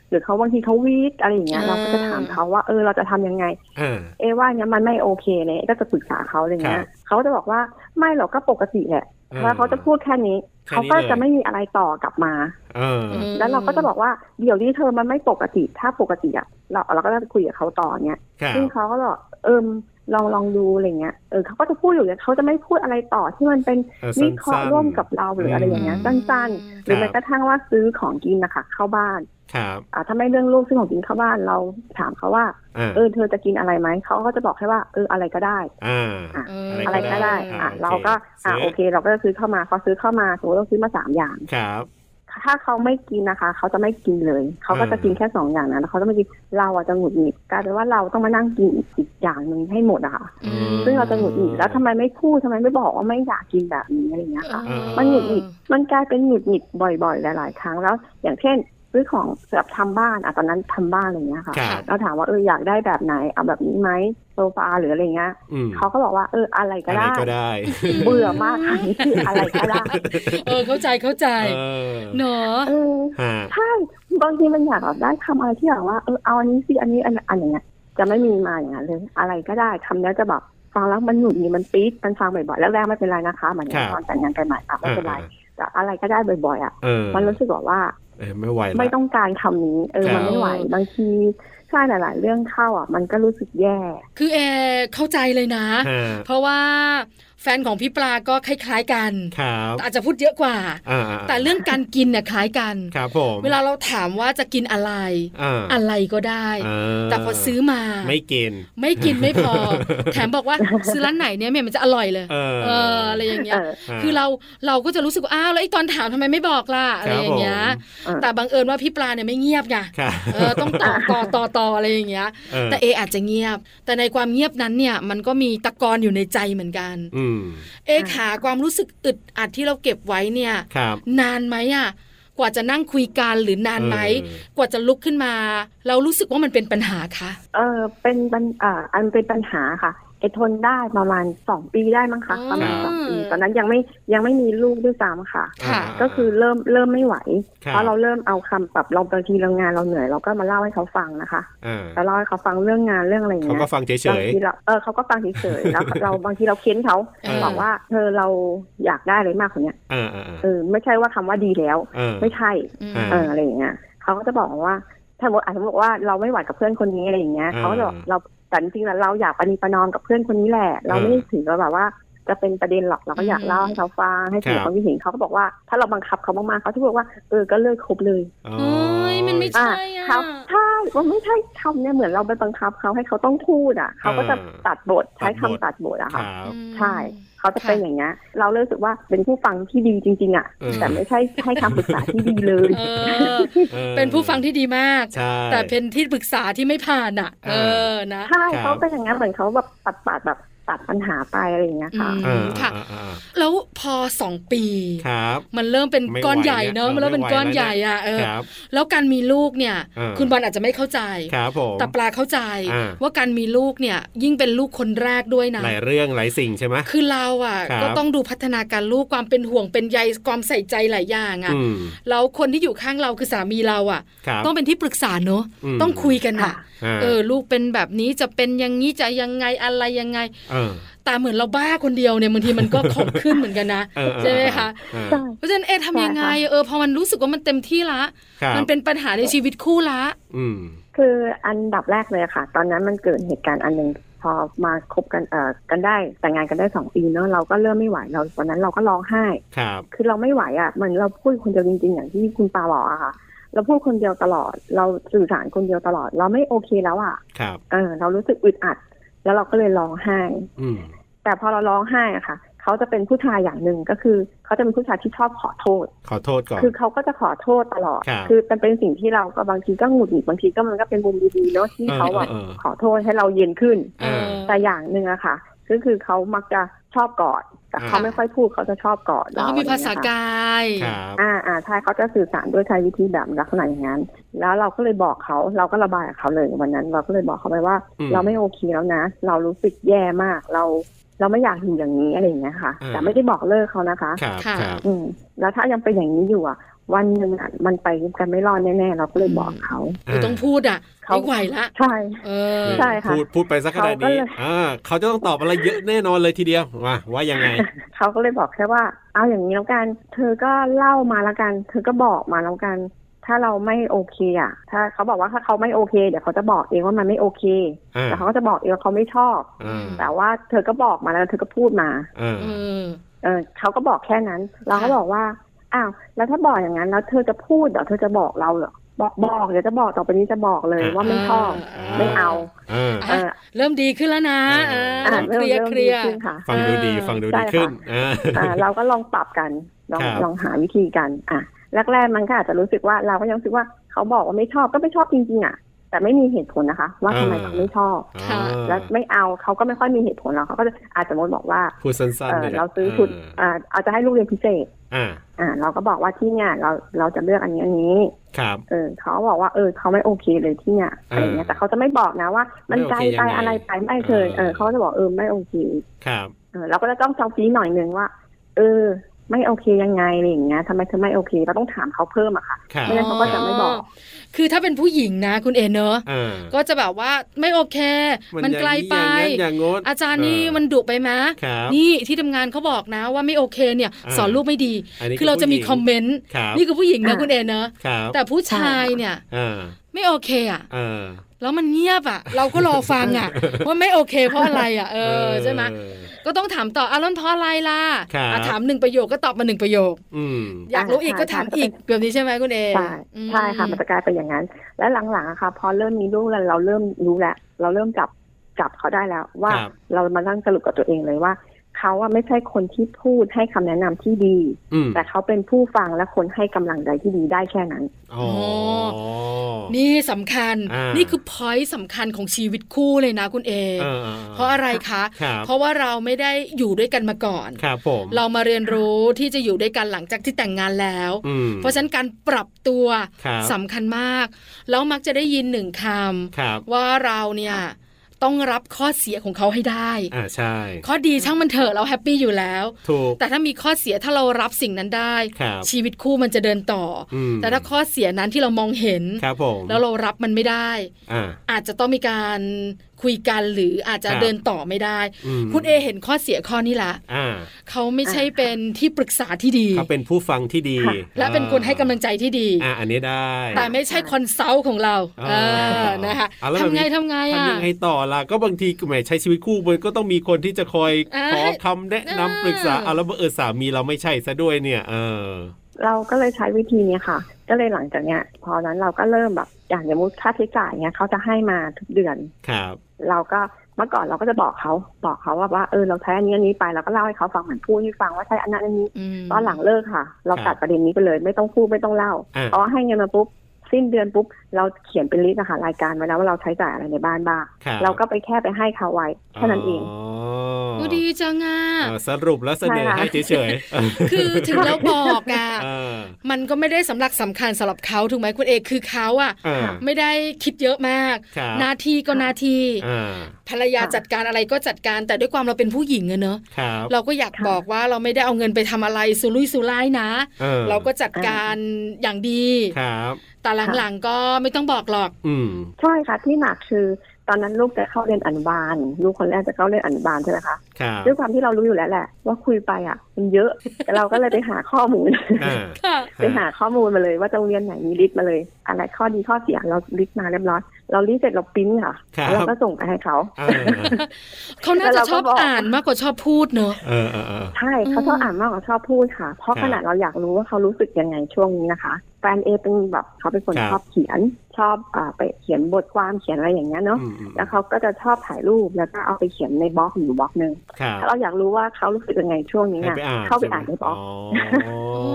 Speaker 5: หรือเขาบางทีเขาวีดอะไรอย่างเงี้ย
Speaker 1: อ่า
Speaker 5: เราก็จะถามเขาว่าเออเราจะทำยังไง
Speaker 2: อ่า
Speaker 5: เอะว่าเนี้ยมันไม่โอเคเลยก็จะปรึกษาเขาอะไร
Speaker 2: ค
Speaker 5: เงี้
Speaker 2: รั
Speaker 5: ย
Speaker 2: บ
Speaker 5: เขาจะบอกว่าไม่หรอกก็ปกติแหละ
Speaker 2: อ่
Speaker 5: แล้วเขาจะพูดแค่นี้
Speaker 2: แค่นี้
Speaker 5: เขาก็
Speaker 2: เลย
Speaker 5: จะไม่มีอะไรต่อกลับมา
Speaker 2: เอออ
Speaker 5: แล้วเราก็จะบอกว่าเดี๋ยวนี้เธอมันไม่ปกติถ้าปกติอะเราเราก็จะคุยกับเขาต่อเนี่ย
Speaker 2: ครับ
Speaker 5: ซึ่งเขาก็บอกเออลองลองดูอะไรเงี้ย เออเขาก็จะพูดอยู่เนี่ยเขาจะไม่พูดอะไรต่อที่มันเป็น
Speaker 2: เออสั้นๆ
Speaker 5: วิเคราะห์ร่วมกับเราหรืออะไร
Speaker 2: ม
Speaker 5: อย่างเงี้ยสั้นๆ หรือ
Speaker 2: ครั
Speaker 5: แม้
Speaker 2: บ
Speaker 5: กระทั่งว่าซื้อของกินนะคะเข้าบ้าน
Speaker 2: ครับ
Speaker 5: อ่าถ้าไม่เรื่องลูกซื้อของกินเข้าบ้านเราถามเขาว่า
Speaker 2: อ่า
Speaker 5: เออเธอจะกินอะไรไหมเขาก็จะบอกแค่ว่าเอออะไรก็ได้
Speaker 2: อ่า
Speaker 1: เอออ
Speaker 5: อะไรก็ได้อ่ะ
Speaker 2: อะไรก็ได้
Speaker 5: เราก็อ่ะ
Speaker 2: ซื้อ
Speaker 5: โอเค เราก็จะซื้อเข้ามาเขาซื้อเข้ามาสมมติเราซื้อมาสามอย่าง
Speaker 2: ครับ
Speaker 5: ถ้าเขาไม่กินนะคะเขาจะไม่กินเลยเขาก็จะ
Speaker 2: อ่ากิ
Speaker 5: กินแค่สองอย่างนั้นแล้วเขาจะไม่กินเราอะจะหงุดหงิดกลายเป็นว่าเราต้องมานั่งกินอีกอีกอย่างหนึ่งให้หมดอะค่ะ
Speaker 1: อืม
Speaker 5: ซึ่งเราจะหงุดหงิดแล้วทำไมไม่พูดทำไมไม่บอกว่าไม่อยากกินแบบนี้อะไรเงี้ยค่ะ
Speaker 1: เออ
Speaker 5: มันหงุดหงิดมันกลายเป็นหงุดหงิดบ่อยๆ หลาย ๆ ครั้งแล้ว อย่างเช่นซื้อของสำหรับทำบ้านอะตอนนั้นทำบ้านอะไรเงี้ยค่ะ
Speaker 2: ครับ
Speaker 5: เราถามว่าเอออยากได้แบบไหนเอาแบบนี้ไหม โซฟาหรืออะไรเงี้ย
Speaker 2: อืม
Speaker 5: เขาก็บอกว่าเอออะไรก็
Speaker 2: อะไร
Speaker 5: ได้
Speaker 2: ก็ได้
Speaker 5: เบื่อมาก ค่ะนี่คืออะไรก็ได้
Speaker 1: เออเข้าใจเข้าใจ
Speaker 2: เออ
Speaker 1: เนาะ
Speaker 5: เออ
Speaker 2: ฮะ
Speaker 5: ใช่บางทีมันอยากแบบได้คำอะไรที่แบบว่าเออเอาอันนี้สิอันนี้อันอันอย่างเงี้ยจะไม่มีมาอย่างนั้นเลย อะไรก็ได้คำนี้จะแบบฟังแล้วมันหนุนนี่มันปี๊ดมันฟังบ่อยๆแรกๆไม่เป็นไรนะคะเหมือนตอนแต่งงานกันใหม่อะไม่เป็นไรแต่อะไรก็ได้บ่อยๆอ่ะ
Speaker 2: เออ
Speaker 5: มันรู้สึกแบบว่า
Speaker 2: เออไม่ไหวละ
Speaker 5: ไม่ต้องการคำนี้ เออ
Speaker 2: ครับ
Speaker 5: มันไม่ไหวบางทีใช่หลายๆเรื่องเข้าอ่ะ มันก็รู้สึกแย่
Speaker 1: คือแอร์เข้าใจเลยนะ
Speaker 2: ฮะ
Speaker 1: เพราะว่าแฟนของพี่ปลาก็คล้ายๆกัน
Speaker 2: ครับ
Speaker 1: แต่อาจจะพูดเยอะกว่า
Speaker 2: อ่า
Speaker 1: แต่เรื่องการกินเนี่ยคล้ายกัน
Speaker 2: ครับผม
Speaker 1: เวลาเราถามว่าจะกินอะไร
Speaker 2: อ่า
Speaker 1: อะไรก็ได้
Speaker 2: อ่า
Speaker 1: แต่พอซื้อมา
Speaker 2: ไม่กิน
Speaker 1: ไม่กินไม่พอ แถมบอกว่าซื้อร้านไหนเนี่ยเมียมันจะอร่อยเลย
Speaker 2: เออ
Speaker 1: อะไรอย่างเงี้
Speaker 5: เอย อ
Speaker 2: ฮะ
Speaker 1: คือเราเราก็จะรู้สึกว่าอ้าวแล้วไอ้ตอนถามทำไมไม่บอกล่ะอะไรอย่างเงี้ย
Speaker 2: ครับ
Speaker 5: เออ
Speaker 1: แต่บังเอิญว่าพี่ปลาเนี่ยไม่เงียบไง
Speaker 2: ค่ะ
Speaker 1: เออต้องต่อต่อต่อต่ออะไรอย่างเงี้ย
Speaker 2: เออ
Speaker 1: แต่เออาจจะเงียบ แต่ในความเงียบนั้นเนี่ยมันก็มีตะกอนอยู่ในใจเหมือนกัน
Speaker 2: อืม
Speaker 1: เอขาความรู้สึกอึดอัดที่เราเก็บไว้เนี่ย
Speaker 2: ครับ
Speaker 1: นานไหมอะกว่าจะนั่งคุยกันหรือนานไหม
Speaker 2: เออก
Speaker 1: ว่าจะลุกขึ้นมา เรารู้สึกว่ามันเป็นปัญหาคะ
Speaker 5: เออเป็นปัญอ่าอันเป็นปัญหาค่ะไอทนได้ประมาณสองปีได้มั้งคะประมาณสองปี ตอนนั้นยังไม่ยังไม่มีลูกด้วยซ้ำค่ะ
Speaker 1: ค่ะ
Speaker 2: า
Speaker 5: ก็คือเริ่มเริ่มไม่ไหว
Speaker 2: ครับ
Speaker 5: เพราะเราเริ่มเอาคำปรับเราบางทีเรางานเราเหนื่อยเราก็มาเล่าให้เขาฟังนะคะ
Speaker 2: อ่า
Speaker 5: เราเล่าให้เขาฟังเรื่องงานเรื่องอะไรอย่าง
Speaker 2: เขา
Speaker 5: เงี้ย
Speaker 2: ก็ฟังเฉ
Speaker 5: บาง
Speaker 2: ย
Speaker 5: ทีเราเออเขาก็ฟังเฉ ยๆแล้ว เราบางทีเราเค้นเขา
Speaker 1: เออ
Speaker 5: บอกว่าเธอเราอยากได้อะไรมากกว่าเนี้ย
Speaker 2: ๆ อ่าอ่า
Speaker 5: เออไม่ใช่ว่าคำว่าดีแล้ว
Speaker 2: อ่า
Speaker 5: ไม่ใช่
Speaker 1: อืม
Speaker 2: อ่า
Speaker 5: เอออะไรอย่างเงี้ยเขาก็จะบอกว่าถ้าสมมติอาจจะบอกว่าเราไม่ไหวกับเพื่อนคนนี้อะไรอย่างเงี้ย
Speaker 2: อ่า
Speaker 5: เขาก็จะบอกเราแต่จริงๆแล้วเราอยากประนีประนอมกับเพื่อนคนนี้แหละ เราไม่ได้ถือว่าแบบว่า จะเป็นประเด็นหรอกเราก็อยากเล่าให้เขาฟังให้
Speaker 2: ครั
Speaker 5: สื่อบ ความคิดเห็นเขาก็บอกว่า ถ้าเราบังคับเขามากๆเขาจะบอกว่าเออก็เลิกคบเลย
Speaker 2: อ๋อ
Speaker 1: เอ้ยมันไม่
Speaker 5: อ่ะ
Speaker 1: ใช่อะ
Speaker 5: เขาใช่มันไม่ใช่คำเนี่ยเหมือนเราไปบังคับเขาให้เขาต้องพูดอ่ะเขาก็จะตัดบทใช้คำตัดบทอะ
Speaker 2: ค
Speaker 5: ค่ะ
Speaker 2: รับ
Speaker 1: อืม
Speaker 5: ใช่ เขาจะเป็น
Speaker 1: ค่ะ
Speaker 5: อย่างเงี้ยเราเลยรู้สึกว่าเป็นผู้ฟังที่ดีจริง ๆ อ่ะ
Speaker 2: เออ
Speaker 5: แต่ไม่ใช่ให้คำปรึกษาที่ดีเลย
Speaker 1: เออ เป็นผู้ฟังที่ดีมาก
Speaker 2: ใช่
Speaker 1: แต่เป็นที่ปรึกษาที่ไม่ผ่านอ่ะ เอ
Speaker 2: อ่า
Speaker 1: อนะ
Speaker 5: ใช่
Speaker 2: ครับ
Speaker 5: เขาเป็นอย่างเงี้ยเหมือนเขาแบบตัดปัดแบบตัดปัญหาไปอะไรอย่างเงี้ยค่ะ
Speaker 1: อืม
Speaker 2: อ่า
Speaker 1: ค่ะ
Speaker 2: อ่าอ่า
Speaker 1: แล้วพอสองปี
Speaker 2: ครับ
Speaker 1: มันเริ่มเป็น
Speaker 2: ไม่ไหว
Speaker 1: ก้อนใหญ่เนอะ
Speaker 2: เนี่ย
Speaker 1: มันเริ่มเป็นก้อน
Speaker 2: ไม่ไหว
Speaker 1: ใหญ่อ่ะ
Speaker 2: แล้
Speaker 1: เอ
Speaker 2: วเนี่ย
Speaker 1: อ
Speaker 2: ครับ
Speaker 1: แล้วการมีลูกเนี่ย
Speaker 2: เออ
Speaker 1: คุณบอลอาจจะไม่เข้าใจ
Speaker 2: ครับผม
Speaker 1: แต่ปลาเข้าใจ
Speaker 2: อ่า
Speaker 1: ว่าการมีลูกเนี่ย ยิ่งเป็นลูกคนแรกด้วยนะ
Speaker 2: หลายเรื่องหลายสิ่งใช่ไหม
Speaker 1: คือเราอ่ะ
Speaker 2: ครับ
Speaker 1: ก็ต้องดูพัฒนาการลูกความเป็นห่วงเป็นใยความใส่ใจหลายอย่างอ่ะ
Speaker 2: อืม
Speaker 1: แล้วคนที่อยู่ข้างเราคือสามีเราอ่ะ
Speaker 2: ครับ
Speaker 1: ต้องเป็นที่ปรึกษาเนอะ
Speaker 2: อืม
Speaker 1: ต้องคุยกันอ่ะ
Speaker 2: อ่า
Speaker 1: เออลูกเป็นแบบนี้จะเป็นอย่างนี้จะยังไงอะไรยังไง
Speaker 2: เออ
Speaker 1: แต่เหมือนเราบ้าคนเดียวเนี่ยบางทีมันก็ของขึ้นเหมือนกัน นะ
Speaker 2: เออเออ
Speaker 1: ใช่ไหมคะ
Speaker 2: เออ
Speaker 5: ใช่
Speaker 1: เพราะฉะนั้นเอะทำยังไง
Speaker 5: ใช่ค่ะ
Speaker 1: เออพอมันรู้สึกว่ามันเต็มที่ละ
Speaker 2: ครับ
Speaker 1: มันเป็นปัญหาในชีวิตคู่ละ
Speaker 2: อืม
Speaker 5: คืออันดับแรกเลยค่ะ ตอนนั้นมันเกิดเหตุการณ์อันหนึ่งพอมาคบกันเอ่อกันได้แต่งงานกันได้สองปีเนอะเราก็เริ่มไม่ไหวเราตอนนั้นเราก็ร้องไห้
Speaker 2: ครับ
Speaker 5: คือเราไม่ไหวอะ่ะเหมันเราพูดคนเดียวจริงๆอย่างที่คุณปาบอกอะค่ะ เราพูดคนเดียวตลอด เราสื่อสารคนเดียวตลอด เราไม่โอเคแล้วอะ่ะ
Speaker 2: ครับ
Speaker 5: เออเรารู้สึกอึดอัด แล้วเราก็เลยร้องไห้
Speaker 2: อืม
Speaker 5: แต่พอเราร้องไห้อะค่ะเขาจะเป็นผู้ชายอย่างหนึ่งก็คือเขาจะเป็นผู้ชายที่ชอบขอโทษ
Speaker 2: ขอโทษก่อน
Speaker 5: คือเขาก็จะขอโทษตลอด
Speaker 2: ครับ
Speaker 5: อมันเป็นสิ่งที่เราก็บางทีก็หงุดหงิดบางทีก็มันก็เป็นมุมดีๆเนาะที่
Speaker 2: เออ
Speaker 5: เขาแบบ
Speaker 2: เออเออ
Speaker 5: ขอโทษให้เราเย็นขึ้น
Speaker 2: เออ
Speaker 5: แต่อย่างหนึ่งอะค่ะก็คือเขามักจะชอบกอดแต่เขา
Speaker 2: อ่า
Speaker 5: ไม่ค่อยพูดเขาจะชอบกอด
Speaker 1: แล้
Speaker 5: เรา
Speaker 1: วก็มีภาษา
Speaker 5: อะไรอย่งเงี้ยค่ะ
Speaker 1: กาย
Speaker 2: ครับ
Speaker 5: อ่าอ่าใช่เขาจะสื่อสารด้วยใช้วิธีแบบลักษณะอย่างนั้น แล้วเราก็เลยบอกเขาเราก็ระบายกับเขาเลยวันนั้น เราก็เลยบอกเขาไปว่า
Speaker 2: อืม
Speaker 5: เราไม่โอเคแล้วนะ เรารู้สึกแย่มาก เรา เราไม่อยากอยู่อย่างนี้อะไรอย่างเงี้ยค่ะ
Speaker 2: อ่า
Speaker 5: แต่ไม่ได้บอกเลิกเขานะคะ
Speaker 2: ครับครับ
Speaker 5: อืม แล้วถ้ายังเป็นอย่างนี้อยู่อ่ะ วันหนึ่งอ่ะมันไปกันไม่รอดแน่ๆเราก็เลยบอกเขา
Speaker 1: คือต้องพูดอ่ะ
Speaker 5: เขา
Speaker 1: ไม่ไหวละ
Speaker 5: ใช่
Speaker 1: เออ
Speaker 5: ใช่ค่ะ
Speaker 2: พูดพูดไปสักขนาด
Speaker 5: เขาก็
Speaker 2: นี้
Speaker 5: เลย
Speaker 2: อ่าเขาจะต้องตอบอะไรเยอะแน่นอนเลยทีเดียวว่าว่ายังไง
Speaker 5: เขาก็เลยบอกแค่ว่า เอาอย่างนี้แล้วกัน เธอก็เล่ามาแล้วกัน เธอก็บอกมาแล้วกัน ถ้าเราไม่โอเคอ่ะ ถ้าเขาบอกว่าถ้าเขาไม่โอเค เดี๋ยวเขาจะบอกเองว่ามันไม่โอเค
Speaker 2: อ่า
Speaker 5: แต่เขาก็จะบอกเองว่าเขาไม่ชอบ
Speaker 2: อ่า
Speaker 5: แต่ว่าเธอก็บอกมาแล้วเธอก็พูดมา
Speaker 2: อ่า
Speaker 1: เออ
Speaker 5: เออเขาก็บอกแค่นั้น เราก็
Speaker 1: ค่ะ
Speaker 5: บอกว่า อ้าว แล้วถ้าบอกอย่างนั้น แล้วเธอจะพูดเหรอเธอจะบอกเราเหรอ บอกบอกเดี๋ยวจะบอกต่อไปนี้จะบอกเลย
Speaker 2: อ่า
Speaker 5: ว่าไม่ชอบ ไม่เอา
Speaker 2: อ่า
Speaker 5: เออ
Speaker 1: เริ่มดีขึ้นแล้วนะ
Speaker 2: เอ
Speaker 1: เอ
Speaker 2: อ
Speaker 1: อ
Speaker 2: อ่ะ
Speaker 1: เริ่มเคลียร์เคลียร์
Speaker 5: ริ่มดีขึ้นค่ะ
Speaker 2: ฟังดูดีฟังดูดี
Speaker 5: ใช่ค่ะ
Speaker 2: ขึ้นอ่า
Speaker 5: อ่าเราก็ลองปรับกันลอง
Speaker 2: ครับ
Speaker 5: ลองหาวิธีกัน อ่ะแรกๆมันก็อาจจะรู้สึกว่าเราก็ยังรู้สึกว่าเขาบอกว่าไม่ชอบก็ไม่ชอบจริงๆอ่ะ แต่ แต่ไม่มีเหตุผลนะคะ ว่าทำไม
Speaker 2: อ่า
Speaker 5: เขาไม่ชอบ
Speaker 1: ค่ะ
Speaker 2: อ่า
Speaker 5: แล้วไม่เอาเขาก็ไม่ค่อยมีเหตุผลหรอกเขาก็จะอาจจะสมมติบอกว่า
Speaker 2: พูดสั้น
Speaker 5: เอ
Speaker 2: ๆ
Speaker 5: อ
Speaker 2: นี่ยแหละ
Speaker 5: เราซื้อชุดอ่าเอาจะให้ลูกเรียนพิเศษ
Speaker 2: อ่า
Speaker 5: อ่าเราก็บอกว่าที่เนี่ยเราเราจะเลือกอันนี้อันนี้
Speaker 2: ครับ
Speaker 5: เออเขาบอกว่าเออเขาไม่โอเคเลยที่เนี่ยอะไรอย่างเงี้ย
Speaker 2: อ่า
Speaker 5: แต่เขาจะไม่บอกนะว่า มันไกล
Speaker 2: ไม่โอเคยัง
Speaker 5: ไป
Speaker 2: ไง
Speaker 5: อะไรไปไม่เคย
Speaker 2: อ่า
Speaker 5: เออเขาจะบอกเออไม่โอเค
Speaker 2: ครับ
Speaker 5: เออเราก็จะต้องเซาฟีหน่อยนึงว่า เออ ไม่โอเคยังไงอะไรอย่างเงี้ยทำไมเธอไม่โอเคเราต้องถามเขาเพิ่มอะค่ะ
Speaker 2: ครับ
Speaker 5: ไม่งั้นเขาก็จะไม่บอก
Speaker 1: คือถ้าเป็นผู้หญิงนะคุณเอเนอะ
Speaker 2: อ่า
Speaker 1: ก็จะแบบว่าไม่โอเค มันไกลไป
Speaker 2: อย่างนี้อย่างนั้นอย่างงด
Speaker 1: อาจารย์นี่
Speaker 2: เออ
Speaker 1: มันดุไปไหมะ
Speaker 2: ครับ
Speaker 1: นี่ที่ทำงานเขาบอกนะว่าไม่โอเคเนี่ย
Speaker 2: อ่า
Speaker 1: สอนลูกไม่ดี
Speaker 2: นนี้
Speaker 1: คือเราจะมี
Speaker 2: ผู้หญิง
Speaker 1: คอมเมนต์
Speaker 2: ครับ
Speaker 1: นี่คือผู้หญิงนะ
Speaker 5: อ่า
Speaker 1: คุณเอเนอะ
Speaker 2: ครับ
Speaker 1: แต่ผู้ชายเนี่ย
Speaker 2: อ่า
Speaker 1: ไม่โอเคอ่ะ
Speaker 2: อ่า
Speaker 1: แล้วมันเงียบอ่ะ เราก็รอฟัง อ่ะ ว่าไม่โอเคเพราะอะไรอ่ะเออใช่ไหมก็ต้องถามต่ออ่ะแล้วเพราะอะไรล่ะ
Speaker 2: ครับ
Speaker 1: อ่ะถามหนึ่งประโยคก็ตอบมาหนึ่งประโยค
Speaker 2: อืม
Speaker 1: อยากรู้อีกก็ถามอีกแบบนี้ใช่ไหมคุณเอ
Speaker 5: ใช่
Speaker 1: อืม
Speaker 5: ใช่ค่ะมันจะกลายเป็นอย่างนั้น แล้วหลังๆอะค่ะ พอเริ่มมีลูกแล้วเราเริ่มรู้แล้วเราเริ่มจับจับเขาได้แล้ว ว่า
Speaker 2: ครับ
Speaker 5: เรามานั่งสรุปกับตัวเองเลยว่าเขาอะไม่ใช่คนที่พูดให้คำแนะนำที่ดี
Speaker 2: อืม
Speaker 5: แต่เขาเป็นผู้ฟังและคนให้กำลังใจที่ดีได้แค่นั้น
Speaker 2: อ๋อ
Speaker 1: นี่สำคัญ
Speaker 2: อ่านี่
Speaker 1: นี่คือพอยต์สำคัญของชีวิตคู่เลยนะคุณเอ
Speaker 2: เออ
Speaker 1: เพราะอะไรคะ
Speaker 2: ครับ
Speaker 1: เพราะว่าเราไม่ได้อยู่ด้วยกันมาก่อน
Speaker 2: ครับผม
Speaker 1: เรามาเรียนรู้ที่จะอยู่ด้วยกันหลังจากที่แต่งงานแล้ว
Speaker 2: อืม
Speaker 1: เพราะฉะนั้นการปรับตัว
Speaker 2: ครับ
Speaker 1: สำคัญมาก แล้วมักจะได้ยินหนึ่งค
Speaker 2: ครับ
Speaker 1: ำว่าเราเนี่ยต้องรับข้อเสียของเขาให้ได้
Speaker 2: อ่าใช่
Speaker 1: ข้อดีช่างมันเถอะเราแฮปปี้อยู่แล้ว
Speaker 2: ถูก
Speaker 1: แต่ถ้ามีข้อเสียถ้าเรารับสิ่งนั้นได้
Speaker 2: ครับ
Speaker 1: ชีวิตคู่มันจะเดินต่ออ
Speaker 2: อืม
Speaker 1: แต่ถ้าข้อเสียนั้นที่เรามองเห็น
Speaker 2: ครับผม
Speaker 1: แล้วเรารับมันไม่ได้
Speaker 2: อ่า
Speaker 1: อาจจะต้องมีการคุยกันหรืออาจจะ
Speaker 2: ครับ
Speaker 1: เดินต่อไม่ได้
Speaker 2: อืม
Speaker 1: คุณเอเห็นข้อเสียข้อนี้ละ
Speaker 2: อ่า
Speaker 1: เขาไม่ใช่เป็นที่ปรึกษาที่ดี
Speaker 2: เขาเป็นผู้ฟังที่ดี
Speaker 5: ค่ะ
Speaker 1: และเป็นคนให้กำลังใจที่ดี
Speaker 2: อ่าอันนี้ได้
Speaker 1: แต่ไม่ใช่คอนซัลท์ของเรา
Speaker 2: อ่า
Speaker 1: เออนะคะ
Speaker 2: อ่าแล้วแบบ
Speaker 1: ทำไง
Speaker 2: นี้
Speaker 1: ทำไงอ่ะ
Speaker 2: ทำยังไงต่อล่ะก็บางทีแหมใช้ชีวิตคู่มันก็ต้องมีคนที่จะคอย
Speaker 1: อ่า
Speaker 2: ขอคำแนะนำ
Speaker 1: อ่า
Speaker 2: ปรึกษาเอาแล้วบังเออสามีเราไม่ใช่ซะด้วยเนี่ย เออ
Speaker 5: เราก็เลยใช้วิธีเนี้ยค่ะ ก็เลยหลังจากเนี้ย พอนั้นเราก็เริ่มแบบอย่างสมมติค่าใช้จ่ายเนี้ยเขาจะให้มาทุกเดือน
Speaker 2: ครับ
Speaker 5: เราก็เมื่อก่อนเราก็จะบอกเขาบอกเขาว่าว่าเออเราใช้อันนี้อันนี้ไปเราก็เล่าให้เขาฟังเหมือนพูดให้ฟังว่าใช้อันนั้นอันนี้
Speaker 1: ม
Speaker 5: ตอนหลังเลิกค่ะ เราตัดประเด็นนี้ไปเลย ไม่ต้องพูดไม่ต้องเล่า
Speaker 2: อ่า
Speaker 5: เพราะว่าให้เงินมาปุ๊บสิ้นเดือนปุ๊บเราเขียนเป็นลิสต์นะคะรายการไว้แล้วว่าเราใช้จ่ายอะไรในบ้านบ้าง
Speaker 2: คบ
Speaker 5: เราก็ไปแค่ไปให้เขาไว้แค่นั้นเอง
Speaker 2: อ๋อ
Speaker 1: โอ้ดีจังอ่ะ
Speaker 2: เออสรุปแล้วเสนอ
Speaker 5: ใช่ค่ะ
Speaker 2: ให้เฉยๆ
Speaker 1: คือถึงเราบอกอ่ะ
Speaker 2: เออ
Speaker 1: มันก็ไม่ได้สำหรับสำคัญสำหรับเขาถูกไหมคุณเอคือเขาอ่ะ
Speaker 2: เออ
Speaker 1: ไม่ได้คิดเยอะมาก
Speaker 2: ครับ
Speaker 1: หน้าที่ก็หน้าที่
Speaker 2: อ่า
Speaker 1: ภรรยา
Speaker 5: ค่ะ
Speaker 1: จัดการอะไรก็จัดการ แต่ด้วยความเราเป็นผู้หญิงอะเนอะ
Speaker 2: ครับ
Speaker 1: เราก็อยาก
Speaker 5: ค่ะ
Speaker 1: บอกว่าเราไม่ได้เอาเงินไปทำอะไรสุรุ่ยสุร่ายนะ
Speaker 2: ออ
Speaker 1: เราก็จัดการอย่างดี
Speaker 2: ครับ
Speaker 1: แต่หลังๆก็ไม่ต้องบอกหรอก
Speaker 2: อืม
Speaker 5: ใช่ค่ะที่หนักคือตอนนั้นลูกจะเข้าเรียนอนุบาลลูกคนแรกจะเข้าเรียนอนุบาลใช่ไหมคะ
Speaker 2: ครับ
Speaker 5: ด้วยความที่เรารู้อยู่แล้วแหละ ว่าคุยไปอ่ะ มันเยอะ แต่เราก็เลยไปหาข้อมูล
Speaker 2: อ่า
Speaker 1: ค่ะ
Speaker 5: ไปหาข้อมูลมาเลยว่าจะโรงเรียนไหนมีลิสต์มาเลย อะไรข้อดีข้อเสียเราลิสต์มาเรียบร้อยเราลิสต์เสร็จเราปริ้นค่ะ
Speaker 2: ครับ
Speaker 5: แล้วเราก็ส่งไปให้เขา
Speaker 2: เออ
Speaker 1: เขาน่าจะ
Speaker 5: แต่เราก็
Speaker 1: ชอบ
Speaker 5: บอก
Speaker 1: อ่านมากกว่าชอบพูดเนอะ
Speaker 2: เออเออเออ
Speaker 5: ใช่เขาชอบอ่านมากกว่าชอบพูดค่ะ เพราะ
Speaker 2: ครับ
Speaker 5: ขนาดเราอยากรู้ว่าเขารู้สึกยังไงช่วงนี้นะคะแฟนเอเป็นแบบเขาเป็นคนชอบเขียน ชอบอ่าไปเขียนบทความเขียนอะไรอย่างเงี้ยเนาะ
Speaker 2: อืมอืม
Speaker 5: แล้วเขาก็จะชอบถ่ายรูปแล้วก็เอาไปเขียนในบล็อกอยู่บล็อกหนึ่ง
Speaker 2: ครับ
Speaker 5: ถ้าเราอยากรู้ว่าเขารู้สึกยังไงช่วงนี้
Speaker 2: ให้
Speaker 5: อะ
Speaker 2: ไปอ่าน
Speaker 5: เข้าไปอ่านใน
Speaker 2: ใช่หม
Speaker 5: บล็อก
Speaker 2: อ๋อ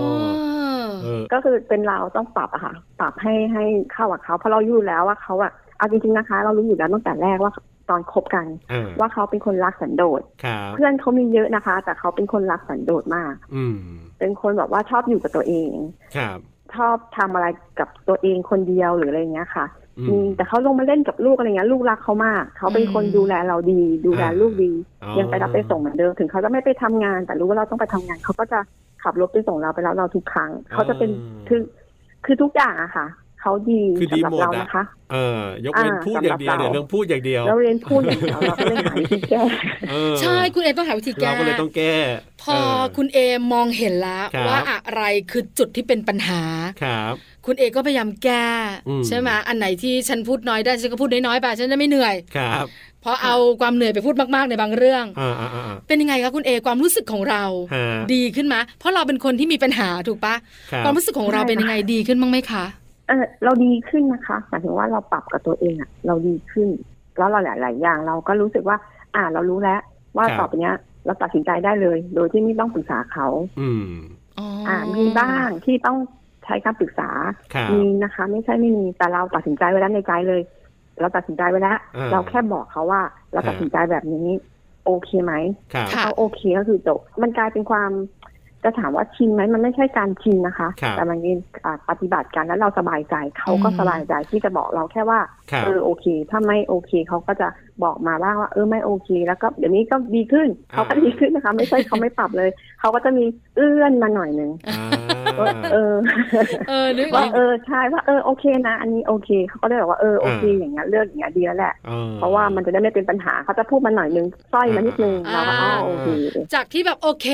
Speaker 2: เออ
Speaker 5: ก็คือเป็นเราต้องปรับอะค่ะ ปรับให้ให้เข้ากับเขาเพราะเรารู้อยู่แล้วว่าเขาอะเอาจริงๆนะคะ เรารู้อยู่แล้วตั้งแต่แรกว่าตอนคบกัน
Speaker 2: เออ
Speaker 5: ว่าเขาเป็นคนรักสันโดษ
Speaker 2: ครับ
Speaker 5: เพื่อนเขามีเยอะนะคะ แต่เขาเป็นคนรักสันโดษมาก
Speaker 2: อืม
Speaker 5: เป็นคนแบบว่าชอบอยู่กับตัวเอง
Speaker 2: ครับ
Speaker 5: ชอบทำอะไรกับตัวเองคนเดียวหรืออะไรอย่างเงี้ยค่ะ
Speaker 2: อื
Speaker 5: อื
Speaker 2: ม
Speaker 5: มแต่เขาลงมาเล่นกับลูกอะไรเงี้ยลูกรักเขามาก เขาเป็นคน
Speaker 1: อืม
Speaker 5: ดูแลเราดี ดูแล
Speaker 2: อ่า
Speaker 5: ลูกดี
Speaker 2: อ๋อ
Speaker 5: ยังไปรับไปส่งเหมือนเดิมถึงเขาจะไม่ไปทำงาน แต่รู้ว่าเราต้องไปทำงาน เขาก็จะขับรถไปส่งเราไปรับเราทุกครั้ง เขาจะเป็นคือคือทุกอย่างอะค่ะ เขาดี
Speaker 2: คือดี
Speaker 5: สำหรับ
Speaker 2: หมด
Speaker 5: เรา
Speaker 2: อะ
Speaker 5: นะคะ
Speaker 2: เออยกเว้น
Speaker 5: อ่า
Speaker 2: พูดอย่างเดียว
Speaker 5: สำหรับเรา
Speaker 2: เดี๋ยวเรื่องพูดอย่างเดียว
Speaker 5: เราเรียนพูดอย่างเดียวเราก็เลยหาวิธี แก้
Speaker 2: เออ
Speaker 1: ใช่คุณเอต้องหาวิธีแก้
Speaker 2: เราก็เลยต้องแก้
Speaker 1: พอ
Speaker 2: เ
Speaker 1: คุณเอมองเห็นแล้ว
Speaker 2: ครับ
Speaker 1: ว่าอะไรคือจุดที่เป็นปัญหา
Speaker 2: ครับ
Speaker 1: คุณเอก็พยายามแก้
Speaker 2: อืม
Speaker 1: ใช่ไหมอันไหนที่ฉันพูดน้อยได้ฉันก็พูดน้อยๆไปฉันจะไม่เหนื่อย
Speaker 2: ครับ
Speaker 1: เพราะเอาความเหนื่อยไปพูดมากๆในบางเรื่อง
Speaker 2: อ่าอ่าอ่า
Speaker 1: เป็นยังไงคะคุณเอความรู้สึกของเรา
Speaker 2: ฮะ
Speaker 1: ดีขึ้นไหมเพราะเราเป็นคนที่มีปัญหาถูกปะ
Speaker 2: ครับ
Speaker 1: ความรู้สึกของเรา
Speaker 5: ใช่ค่ะ
Speaker 1: เป็นยังไงดีขึ้นบ้างไหมคะ
Speaker 5: เออเราดีขึ้นนะคะหมายถึงว่าเราปรับกับตัวเองอะเราดีขึ้น แล้วเราหลาย ๆ อย่างเราก็รู้สึกว่า อ่าเรารู้แล้ว ว่า
Speaker 2: ครับ
Speaker 5: ต่อไปเนี้ย เราตัดสินใจได้เลย โดยที่ไม่ต้องปรึกษาเขา
Speaker 2: อืม
Speaker 1: อ๋ออ
Speaker 5: อ่ามีบ้างที่ต้องใช้คำปรึกษา
Speaker 2: ครับ
Speaker 5: มีนะคะ ไม่ใช่ไม่มีแต่เราตัดสินใจไว้แล้วในใจเลย เราตัดสินใจไว้แล้ว
Speaker 2: อ่า
Speaker 5: เราแค่บอกเขาว่า เราตัด
Speaker 2: ฮะ
Speaker 5: สินใจแบบนี้ โอเคไหม
Speaker 2: ครับ
Speaker 1: ค่ะ
Speaker 5: เขาโอเคก็คือจบมันกลายเป็นความจะถามว่าชินไหมมันไม่ใช่การชินนะคะ
Speaker 2: ครับ
Speaker 5: แต่มันเป็นอ่าปฏิบัติการแล้วเราสบายใจเขาก็
Speaker 1: อืม
Speaker 5: สบายใจที่จะบอกเราแค่ว่า
Speaker 2: ครับ
Speaker 5: เออโอเค ถ้าไม่โอเคเขาก็จะบอกมาบ้างว่า เออไม่โอเค แล้วก็เดี๋ยวนี้ก็ดีขึ้นเขาก็ดีขึ้นนะคะ ไม่ใช่เขาไม่ปรับเลยเขาก็จะมีเอื้อนมาหน่อยหนึง
Speaker 2: อ่า
Speaker 5: ว่าเออ
Speaker 1: เออนึกอ
Speaker 5: ว่า
Speaker 1: อก
Speaker 5: เออใช่ว่าเออโอเคนะ อันนี้โอเคเขาก็เลยบอกว่าเออโอเค
Speaker 2: อ่า
Speaker 5: อย่างเงี้ยเลือกอย่างเงี้ยดีแล้วแหละ
Speaker 2: ออ
Speaker 5: เพราะว่ามันจะได้ไม่เป็นปัญหาเขาจะพูดมาหน่อยนึงสร้อยมานิดนึง
Speaker 1: อ่า
Speaker 5: เราก็อ๋อโอเค
Speaker 1: จากที่แบบโอเค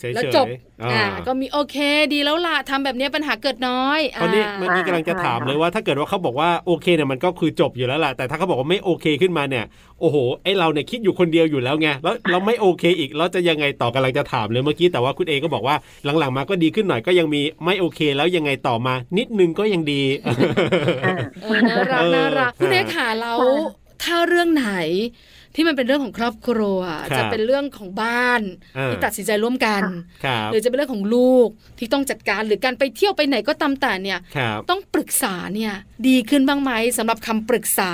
Speaker 2: เฉยๆ
Speaker 1: แล้วจบ
Speaker 2: อ่า
Speaker 1: ก็มีโอเค ดีแล้วล่ะทำแบบเนี้ยปัญหาเกิดน้อย
Speaker 2: เพราะนี่
Speaker 1: อ่า
Speaker 2: เมื่อกี้กำลังจะ
Speaker 5: ใช่
Speaker 2: ถาม
Speaker 5: ค่ะ
Speaker 2: เลยว่าถ้าเกิดว่าเขาบอกว่าโอเคเนี่ยมันก็คือจบอยู่แล้วแหละแต่ถ้าเขาบอกว่าไม่โอเคขึ้นมาเนี่ยโอ้โหไอเราเนี่ยคิดอยู่คนเดียวอยู่แล้วไงแล้วเราไม่โอเคอีกเราจะยังไงต่อกำลังจะถามเลยเมื่อกี้แต่ว่าคุณเอก็บอกว่าหลังๆมาก็ดีขึ้นหน่อยก็ยังมีไม่โอเค แล้วยังไงต่อมา นิดนึงก็ยังดี
Speaker 5: อ่า
Speaker 1: เออน่ารัก
Speaker 2: เออ
Speaker 1: น่ารักคุณเอก
Speaker 2: ฮะ
Speaker 1: ขาเรา
Speaker 5: ค่ะ
Speaker 1: ถ้าเรื่องไหนที่มันเป็นเรื่องของครอบครัว
Speaker 2: ครับ
Speaker 1: จะเป็นเรื่องของบ้าน
Speaker 2: อ่า
Speaker 1: ที่ตัดสินใจร่วมกัน
Speaker 2: ครับ
Speaker 1: หรือจะเป็นเรื่องของลูกที่ต้องจัดการหรือการไปเที่ยวไปไหนก็ตามแต่เนี่ย
Speaker 2: ครับ
Speaker 1: ต้องปรึกษาเนี่ยดีขึ้นบ้างไหมสำหรับคำปรึกษา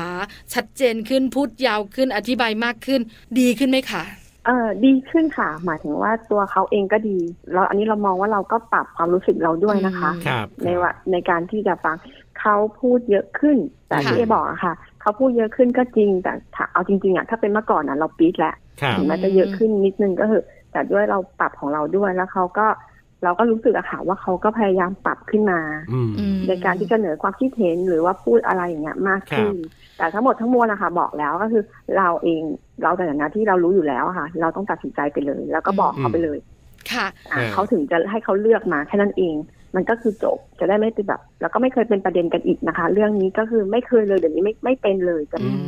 Speaker 1: ชัดเจนขึ้นพูดยาวขึ้นอธิบายมากขึ้น ดีขึ้นไหมคะ
Speaker 5: เออดีขึ้นค่ะ หมายถึงว่าตัวเขาเองก็ดีเราอันนี้เรามองว่าเราก็ปรับความรู้สึกเราด้วยนะคะ
Speaker 2: ครับ
Speaker 5: ในว่าในการที่จะฟังเขาพูดเยอะขึ้น แต่
Speaker 2: ค่ะ
Speaker 5: ที่เอบอกอะค่ะ เขาพูดเยอะขึ้นก็จริงแต่ถ้าเอาจริงๆอะถ้าเป็นเมื่อก่อนอะเราปี๊ดแหละ
Speaker 2: ครับ
Speaker 5: ถึงแม้จะเยอะขึ้นนิดนึงก็เหอะแต่ด้วยเราปรับของเราด้วยแล้วเขาก็เราก็รู้สึกอะค่ะว่าเขาก็พยายามปรับขึ้นมา
Speaker 2: อืม
Speaker 1: อืม
Speaker 5: ในการที่เสนอความคิดเห็นหรือว่าพูดอะไรอย่างเงี้ยมากขึ้น แต่ทั้งหมดทั้งมวลนะคะบอกแล้วก็คือเราเองเราแต่อย่างหน้าที่เรารู้อยู่แล้วอะค่ะ เราต้องตัดสินใจไปเลย แล้วก็บอก
Speaker 2: อืม
Speaker 5: เขาไปเลย
Speaker 1: ค่ะ
Speaker 5: อ่ะ
Speaker 2: อ่า
Speaker 5: เขาถึงจะให้เขาเลือกมาแค่นั้นเอง มันก็คือจบจะได้ไม่เป็นแบบ แล้วก็ไม่เคยเป็นประเด็นกันอีกนะคะ เรื่องนี้ก็คือไม่เคยเลยเดี๋ยวนี้ไม่ไม่เป็นเลยจะ
Speaker 1: อืม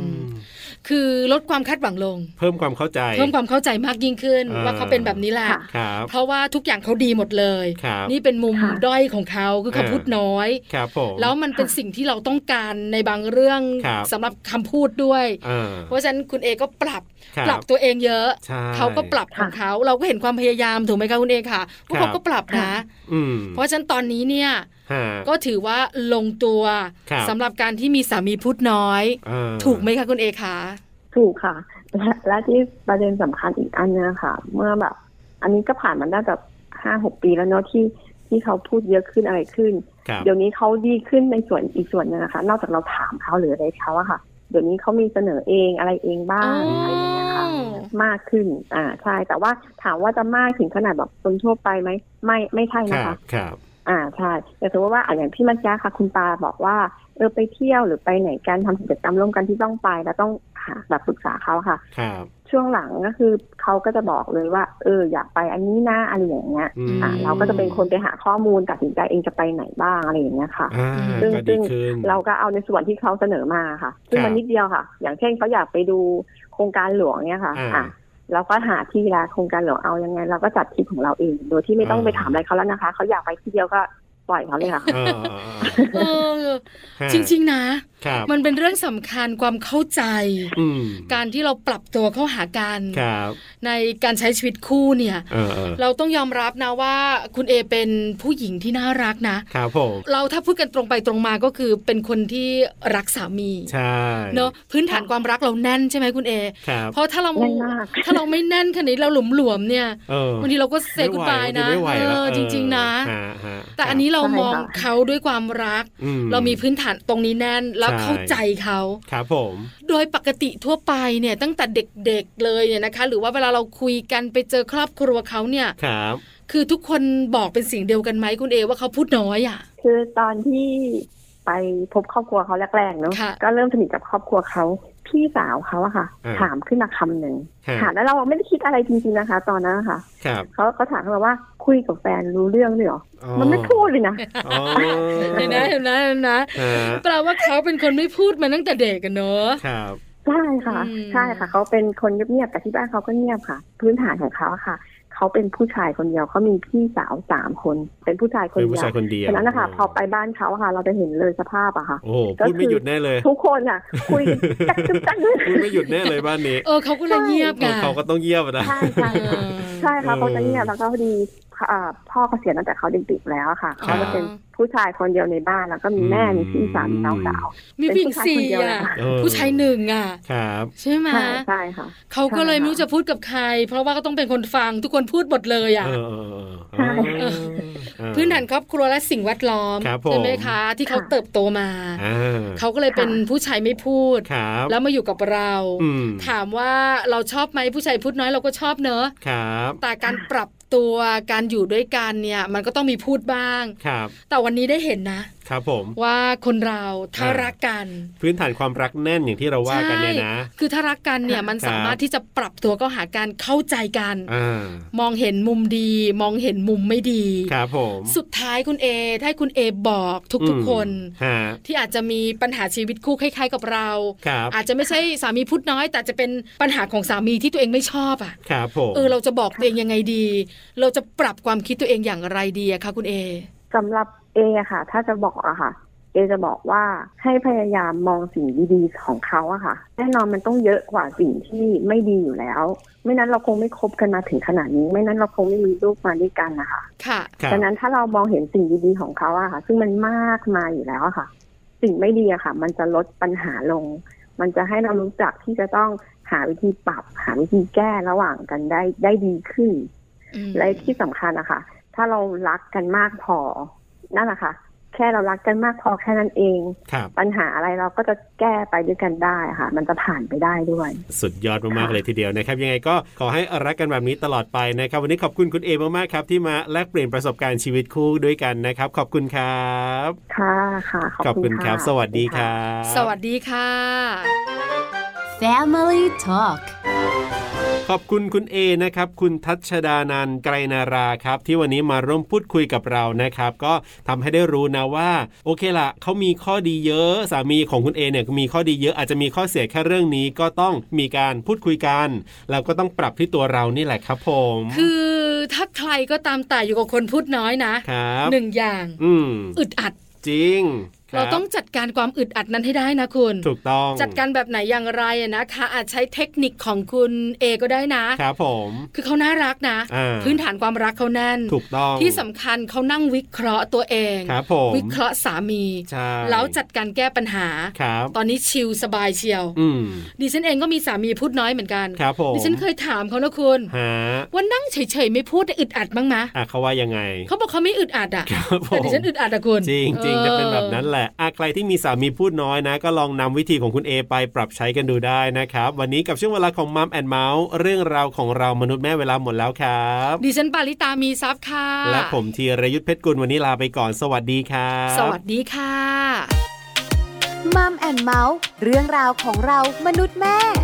Speaker 1: คือลดความคาดหวังลง
Speaker 2: เพิ่มความเข้าใจ
Speaker 1: เพิ่มความเข้าใจมากยิ่งขึ้น
Speaker 2: อ่า
Speaker 1: ว่าเขาเป็นแบบนี้แหละ
Speaker 5: ค่ะ
Speaker 2: ครับ
Speaker 1: เพราะว่าทุกอย่างเขาดีหมดเลย
Speaker 2: ครับ
Speaker 1: นี่เป็นมุม
Speaker 5: ค่ะ
Speaker 1: ด้อยของเขาคือเขา
Speaker 2: อ่า
Speaker 1: พูดน้อย
Speaker 2: ครับผม
Speaker 1: แล้วมันเป็นสิ่งที่เราต้องการในบางเรื่อง
Speaker 2: ครับ
Speaker 1: สำหรับคำพูดด้วย
Speaker 2: อ่า
Speaker 1: เพราะฉะนั้นคุณเอก็ปรับ
Speaker 2: ครั
Speaker 1: ปรับตัวเองเยอะ
Speaker 2: ใช่
Speaker 1: เขาก็ปรับของเขา เราก็เห็นความพยายามถูกไหมคะคุณเอค่ะพวก
Speaker 2: ครั
Speaker 1: เขา
Speaker 2: บ
Speaker 1: ก็ปรับนะ
Speaker 2: อืม
Speaker 1: เพราะฉะนั้นตอนนี้เนี่ย
Speaker 2: ฮะ
Speaker 1: ก็ถือว่าลงตัว
Speaker 2: ครับ
Speaker 1: สำหรับการที่มีสามีพูดน้อย
Speaker 2: อ่า
Speaker 1: ถูกไหมคะคุณเอค่ะ
Speaker 5: ถูกค่ะและและที่ประเด็นสำคัญอีกอันนึงค่ะ เมื่อแบบ อันนี้ก็ผ่านมาได้แบบห้าหกปีแล้วเนาะที่ที่เขาพูดเยอะขึ้นอะไรขึ้น
Speaker 2: ครับ
Speaker 5: เดี๋ยวนี้เขาดีขึ้นในส่วนอีกส่วนหนึงนะคะ นอกจากเราถามเขาหรืออะไรเขาอะค่ะ เดี๋ยวนี้เขามีเสนอเองอะไรเองบ้าง
Speaker 1: อ๋ออ
Speaker 5: อะไรอย่างเงี้ยค่ะมากขึ้น อ่าใช่แต่ว่าถามว่าจะมากถึงขนาดแบบคนทั่วไปไหมไม่ไม่ใช่
Speaker 2: ค
Speaker 5: นะ
Speaker 2: รั
Speaker 5: คะ
Speaker 2: บครับ
Speaker 5: อ่าใช่แต่สมมติว่าอ่ะอย่างที่เมื่อกี้ค่ะคุณปาบอกว่าเออไปเที่ยวหรือไปไหนกันทำกิจกรรมร่วมกันที่ต้องไปแล้วต้องหาแบบปรึกษาเขาค่ะ
Speaker 2: ครับ
Speaker 5: ช่วงหลังก็คือเขาก็จะบอกเลยว่า เอออยากไปอันนี้นะอะไรอย่างเงี้ย
Speaker 2: อืม
Speaker 5: อ่ะเราก็จะเป็นคนไปหาข้อมูลตัดสินใจเองจะไปไหนบ้างอะไรอย่างเงี้ยค่ะ
Speaker 2: อ่า
Speaker 5: ซึ่ง
Speaker 2: ก็ดีขึ้น
Speaker 5: เราก็เอาในส่วนที่เขาเสนอมาค่ะ ซึ่งมันนิดเดียวค่ะ อย่างเช่นเขาอยากไปดูโครงการหลวงเนี่ยค่ะ
Speaker 2: อ่า
Speaker 5: อ่ะเราก็หาที่ละโครงการหลวงเอายังไง เราก็จัดทริปของเราเอง โดยที่ไม่ต้อง
Speaker 2: อ่า
Speaker 5: ไปถามอะไรเขาแล้วนะคะ เขาอยากไปที่เดียวก็ปล่อยเขาเลยค่ะ
Speaker 2: เออ
Speaker 1: เออ
Speaker 2: ฮะ
Speaker 1: จริง ๆ นะ
Speaker 2: ครับ
Speaker 1: มันเป็นเรื่องสำคัญความเข้าใจ
Speaker 2: อืม
Speaker 1: การที่เราปรับตัวเข้าหากัน
Speaker 2: ครับ
Speaker 1: ในการใช้ชีวิตคู่เนี่ย
Speaker 2: เออเออ
Speaker 1: เราต้องยอมรับนะว่าคุณเอเป็นผู้หญิงที่น่ารักนะ
Speaker 2: ครับผม
Speaker 1: เราถ้าพูดกันตรงไปตรงมาก็คือเป็นคนที่รักสามี
Speaker 2: ใช่
Speaker 1: เนอะพื้นฐานความรักเราแน่นใช่ไหมคุณเอ
Speaker 2: ครับ
Speaker 1: เพราะถ้าเรา
Speaker 5: แน่นมาก
Speaker 1: ถ้าเราไม่แน่นขนาดนี้เราหลุมหลวมๆเนี่ย
Speaker 2: เออบ
Speaker 1: างทีเราก็เซกุดบายนะ
Speaker 2: ไม่ไหว
Speaker 1: เอ
Speaker 2: แล้ว
Speaker 1: อจริง ๆ นะ
Speaker 2: ฮฮะ
Speaker 1: แต่อันนี้เรา
Speaker 5: ใช่
Speaker 1: มอง
Speaker 5: ค่ะ
Speaker 1: เขาด้วยความรัก
Speaker 2: อื
Speaker 1: เรามีพื้นฐานตรงนี้แน่นแล้ว
Speaker 2: ใช่
Speaker 1: เข้าใจเขา
Speaker 2: ครับผม
Speaker 1: โดยปกติทั่วไปเนี่ยตั้งแต่เด็กๆเลยเนี่ยนะคะ หรือว่าเวลาเราคุยกันไปเจอครอบครัวเขาเนี่ย
Speaker 2: ครับ
Speaker 1: คือทุกคนบอกเป็นเสียงเดียวกันไหมคุณเอว่าเขาพูดน้อยอ่ะ
Speaker 5: คือตอนที่ไปพบครอบครัวเขาแรกๆเนอะ
Speaker 1: ค่ะ
Speaker 5: ก็เริ่มสนิทกับครอบครัวเขาพี่สาวเขาอะค่ะ
Speaker 2: า
Speaker 5: ถามขึ้นมาคำหนึ่ง
Speaker 2: ฮะ
Speaker 5: ค่ะแล้วเราไม่ได้คิดอะไรจริงๆนะคะ ตอนนั้นค่ะ
Speaker 2: ครับ
Speaker 5: เขาเขาถามเราว่าคุยกับแฟนรู้เรื่องเลยเหรอ
Speaker 2: อ๋อ
Speaker 5: มันไม่พูด เลยนะ
Speaker 2: อ๋อ
Speaker 1: เห็นนะเห็นนะเห็นนะ
Speaker 2: ฮะ
Speaker 1: แปลว่าเขาเป็นคนไม่พูดมาตั้งแต่เด็กกันเนอะ
Speaker 2: ครับ
Speaker 5: ใช่ค่ะ
Speaker 1: อืม
Speaker 5: ใช่ค่ะ เขาเป็นคนเงียบๆแต่ที่บ้านเขาก็เงียบค่ะ พื้นฐานของเขาอะค่ะ เขาเป็นผู้ชายคนเดียวเขามีพี่สาวสามคน เป็นผู้ชายคน
Speaker 2: เป็น
Speaker 5: เดี
Speaker 2: ผู้
Speaker 5: ยว
Speaker 2: ชายคนเดียว
Speaker 5: ฉะนั้นนะคะพอไปบ้านเขาอะค่ะ เราจะเห็นเลยสภาพอะค่ะ
Speaker 2: โอ้โหพูดไม่หยุดแน่เลย
Speaker 5: ทุกคนอะคุย กันจักจักจัก
Speaker 2: พูดไม่หยุดแน่เลยบ้านนี้
Speaker 1: เออเขาก็เลยเงียบไง
Speaker 2: เขาก็ต้องเยี่ยมอะนะ
Speaker 5: ใช่ใช่
Speaker 1: เออ
Speaker 5: ใช่ค่ะเขาจะเงียบแล้วก็พอดี อ่าพ่อเกษียณตั้งแต่เขาเด็กๆแล้วค่ะ
Speaker 2: ครั
Speaker 5: เขา
Speaker 2: บ
Speaker 5: จะเป็นผู้ชายคนเดียวในบ้านแล้วก็มีแม่มีพี่สาวมีน้องสาว
Speaker 1: มีผู้หญิงสี่
Speaker 5: เป็นผู้ชายคน
Speaker 1: อ่ะผู้ชาย
Speaker 2: เออ
Speaker 5: เดียวเลยค่ะ
Speaker 1: หนึ่งอ่ะ
Speaker 2: ครับ
Speaker 1: ใช่ไหม
Speaker 5: ใช่ใช่ค่ะ
Speaker 1: เขาก็เลยไม่รู้จะพูดกับใคร เพราะว่าก็ต้องเป็นคนฟังทุกคนพูดหมดเลยอ่ะ
Speaker 2: เออเออเออ
Speaker 5: ใช่
Speaker 2: เออเออ
Speaker 1: พื้นฐานครอบครัวและสิ่งแวดล้อม
Speaker 2: ครับผม
Speaker 1: ใช่ไหมคะที่เขา
Speaker 5: ค่ะ
Speaker 1: เติบโตมา
Speaker 2: อ่า
Speaker 1: เขาก็เลยเป็นผู้ชายไม่พูด
Speaker 2: ครับ
Speaker 1: แล้วมาอยู่กับเรา
Speaker 2: อืม
Speaker 1: ถามว่าเราชอบไหมผู้ชายพูดน้อยเราก็ชอบเนอะ
Speaker 2: ครับ
Speaker 1: แต่การปรับตัวการอยู่ด้วยกันเนี่ยมันก็ต้องมีพูดบ้าง
Speaker 2: ครับ
Speaker 1: แต่วันนี้ได้เห็นนะ
Speaker 2: ครับผม
Speaker 1: ว่าคนเราถ้า
Speaker 2: อ่ารั
Speaker 1: รักกัน
Speaker 2: พื้นฐานความรักแน่นอย่างที่เราว่ากันเนี่ยนะ
Speaker 1: คือถ้ารักกันเนี่ยมัน
Speaker 2: ครับ
Speaker 1: สามารถที่จะปรับตัวก็หาการเข้าใจกัน
Speaker 2: อ่าม
Speaker 1: องเห็นมุมดี มองเห็นมุมไม่ดี
Speaker 2: ครับผม
Speaker 1: สุดท้ายคุณเอถ้าให้คุณเอบอกทุก
Speaker 2: อืม
Speaker 1: ๆคน
Speaker 2: ฮะ
Speaker 1: ที่อาจจะมีปัญหาชีวิตคู่คล้ายๆกับเรา
Speaker 2: ครับ
Speaker 1: อาจจะไม่ใช่สามีพูดน้อย แต่จะเป็นปัญหาของสามีที่ตัวเองไม่ชอบอ่ะ
Speaker 2: ครับผม
Speaker 1: เออเราจะบอกตัวเองยังไงดี เราจะปรับความคิดตัวเองอย่างไรดีอะคะคุณเอ
Speaker 5: สำหรับเออะค่ะ ถ้าจะบอกอะค่ะ เอจะบอกว่าให้พยายามมองสิ่งดีๆของเขาอะค่ะ แน่นอนมันต้องเยอะกว่าสิ่งที่ไม่ดีอยู่แล้ว ไม่นั้นเราคงไม่คบกันมาถึงขนาดนี้ ไม่นั้นเราคงไม่มีลูกมาด้วยกันนะคะ
Speaker 1: ค่ะ
Speaker 2: ครับ
Speaker 5: ดังนั้นถ้าเรามองเห็นสิ่งดีๆของเขาอะค่ะ ซึ่งมันมากมายอยู่แล้วอะค่ะ สิ่งไม่ดีอะค่ะ มันจะลดปัญหาลง มันจะให้เรารู้จักที่จะต้องหาวิธีปรับ หาวิธีแก้ระหว่างกันได้ได้ดีขึ้น
Speaker 1: อืม
Speaker 5: และที่สำคัญนะคะ ถ้าเรารักกันมากพอ นั่นแหละค่ะ แค่เรารักกันมากพอแค่นั้นเอง
Speaker 2: ครับ
Speaker 5: ปัญหาอะไรเราก็จะแก้ไปด้วยกันได้ค่ะ มันจะผ่านไปได้ด้วย
Speaker 2: สุดยอดมากๆเลยทีเดียวนะครับ ยังไงก็ขอให้รักกันแบบนี้ตลอดไปนะครับ วันนี้ขอบคุณคุณเอมากๆครับ ที่มาแลกเปลี่ยนประสบการณ์ชีวิตคู่ด้วยกันนะครับ ขอบคุณครับ
Speaker 5: ค่ะค่ะขอบคุณ
Speaker 2: ครับ
Speaker 5: ะ
Speaker 2: สวัสดีครับ
Speaker 1: สวัสดีค่ะ
Speaker 4: Family Talk
Speaker 2: ขอบคุณคุณเอนะครับ คุณทัชดานันท์ไกรนาราครับ ที่วันนี้มาร่วมพูดคุยกับเรานะครับ ก็ทำให้ได้รู้นะว่า โอเคละเขามีข้อดีเยอะสามีของคุณเอเนี่ยมีข้อดีเยอะอาจจะมีข้อเสียแค่เรื่องนี้ก็ต้องมีการพูดคุยกันแล้วก็ต้องปรับที่ตัวเรานี่แหละครับ ผม
Speaker 1: คือถ้าใครก็ตามแต่อยู่กับคนพูดน้อยนะครับ หนึ่งอย่าง
Speaker 2: อืม
Speaker 1: อึดอัด
Speaker 2: จริงคบ
Speaker 1: เราต้องจัดการความอึดอัดนั้นให้ได้นะคุณ
Speaker 2: ถูกต้อง
Speaker 1: จัดการแบบไหนอย่างไรอะนะคะ อาจใช้เทคนิคของคุณเอก็ได้นะ
Speaker 2: ครับผม
Speaker 1: คือเขาน่ารักนะ
Speaker 2: อ่า
Speaker 1: พื้นฐานความรักเขาแน่น
Speaker 2: ถูกต้อง
Speaker 1: ที่สำคัญเขานั่งวิเคราะห์ตัวเอง
Speaker 2: ครับผม
Speaker 1: วิเคราะห์สามี
Speaker 2: ใช่
Speaker 1: แล้วจัดการแก้ปัญหา
Speaker 2: ครับ
Speaker 1: ตอนนี้ชิลสบายเชียว
Speaker 2: อืม
Speaker 1: ดิฉันเองก็มีสามีพูดน้อยเหมือนกัน
Speaker 2: ครับผม
Speaker 1: ดิฉันเคยถามเขานะคุณ
Speaker 2: หา
Speaker 1: ว่านั่งเฉยๆไม่พูดเนี่ยอึดอัดบ้างมะ
Speaker 2: อ่ะเขาว่ายังไง
Speaker 1: เขาบอกเขาไม่อึดอัดอ่ะ
Speaker 2: ครับผ
Speaker 1: แต่
Speaker 2: ม
Speaker 1: ดิฉันอึดอัดอะคุณ
Speaker 2: จริงจริง
Speaker 1: ออ
Speaker 2: จะเป็นแบบนั้นแหละอ่ะใครที่มีสามีพูดน้อยนะ ก็ลองนำวิธีของคุณเอไปปรับใช้กันดูได้นะครับ วันนี้กับช่วงเวลาของมัมแอนเมาส์เรื่องราวของเรามนุษย์แม่เวลาหมดแล้วครับ
Speaker 1: ดิฉันปาริตามีซับค่ะ
Speaker 2: และผมธีรยุทธเพชรกุลวันนี้ลาไปก่อน สวัสดีครับ
Speaker 1: สวัสดีค่ะ
Speaker 4: มัมแอนเมาส์เรื่องราวของเรามนุษย์แม่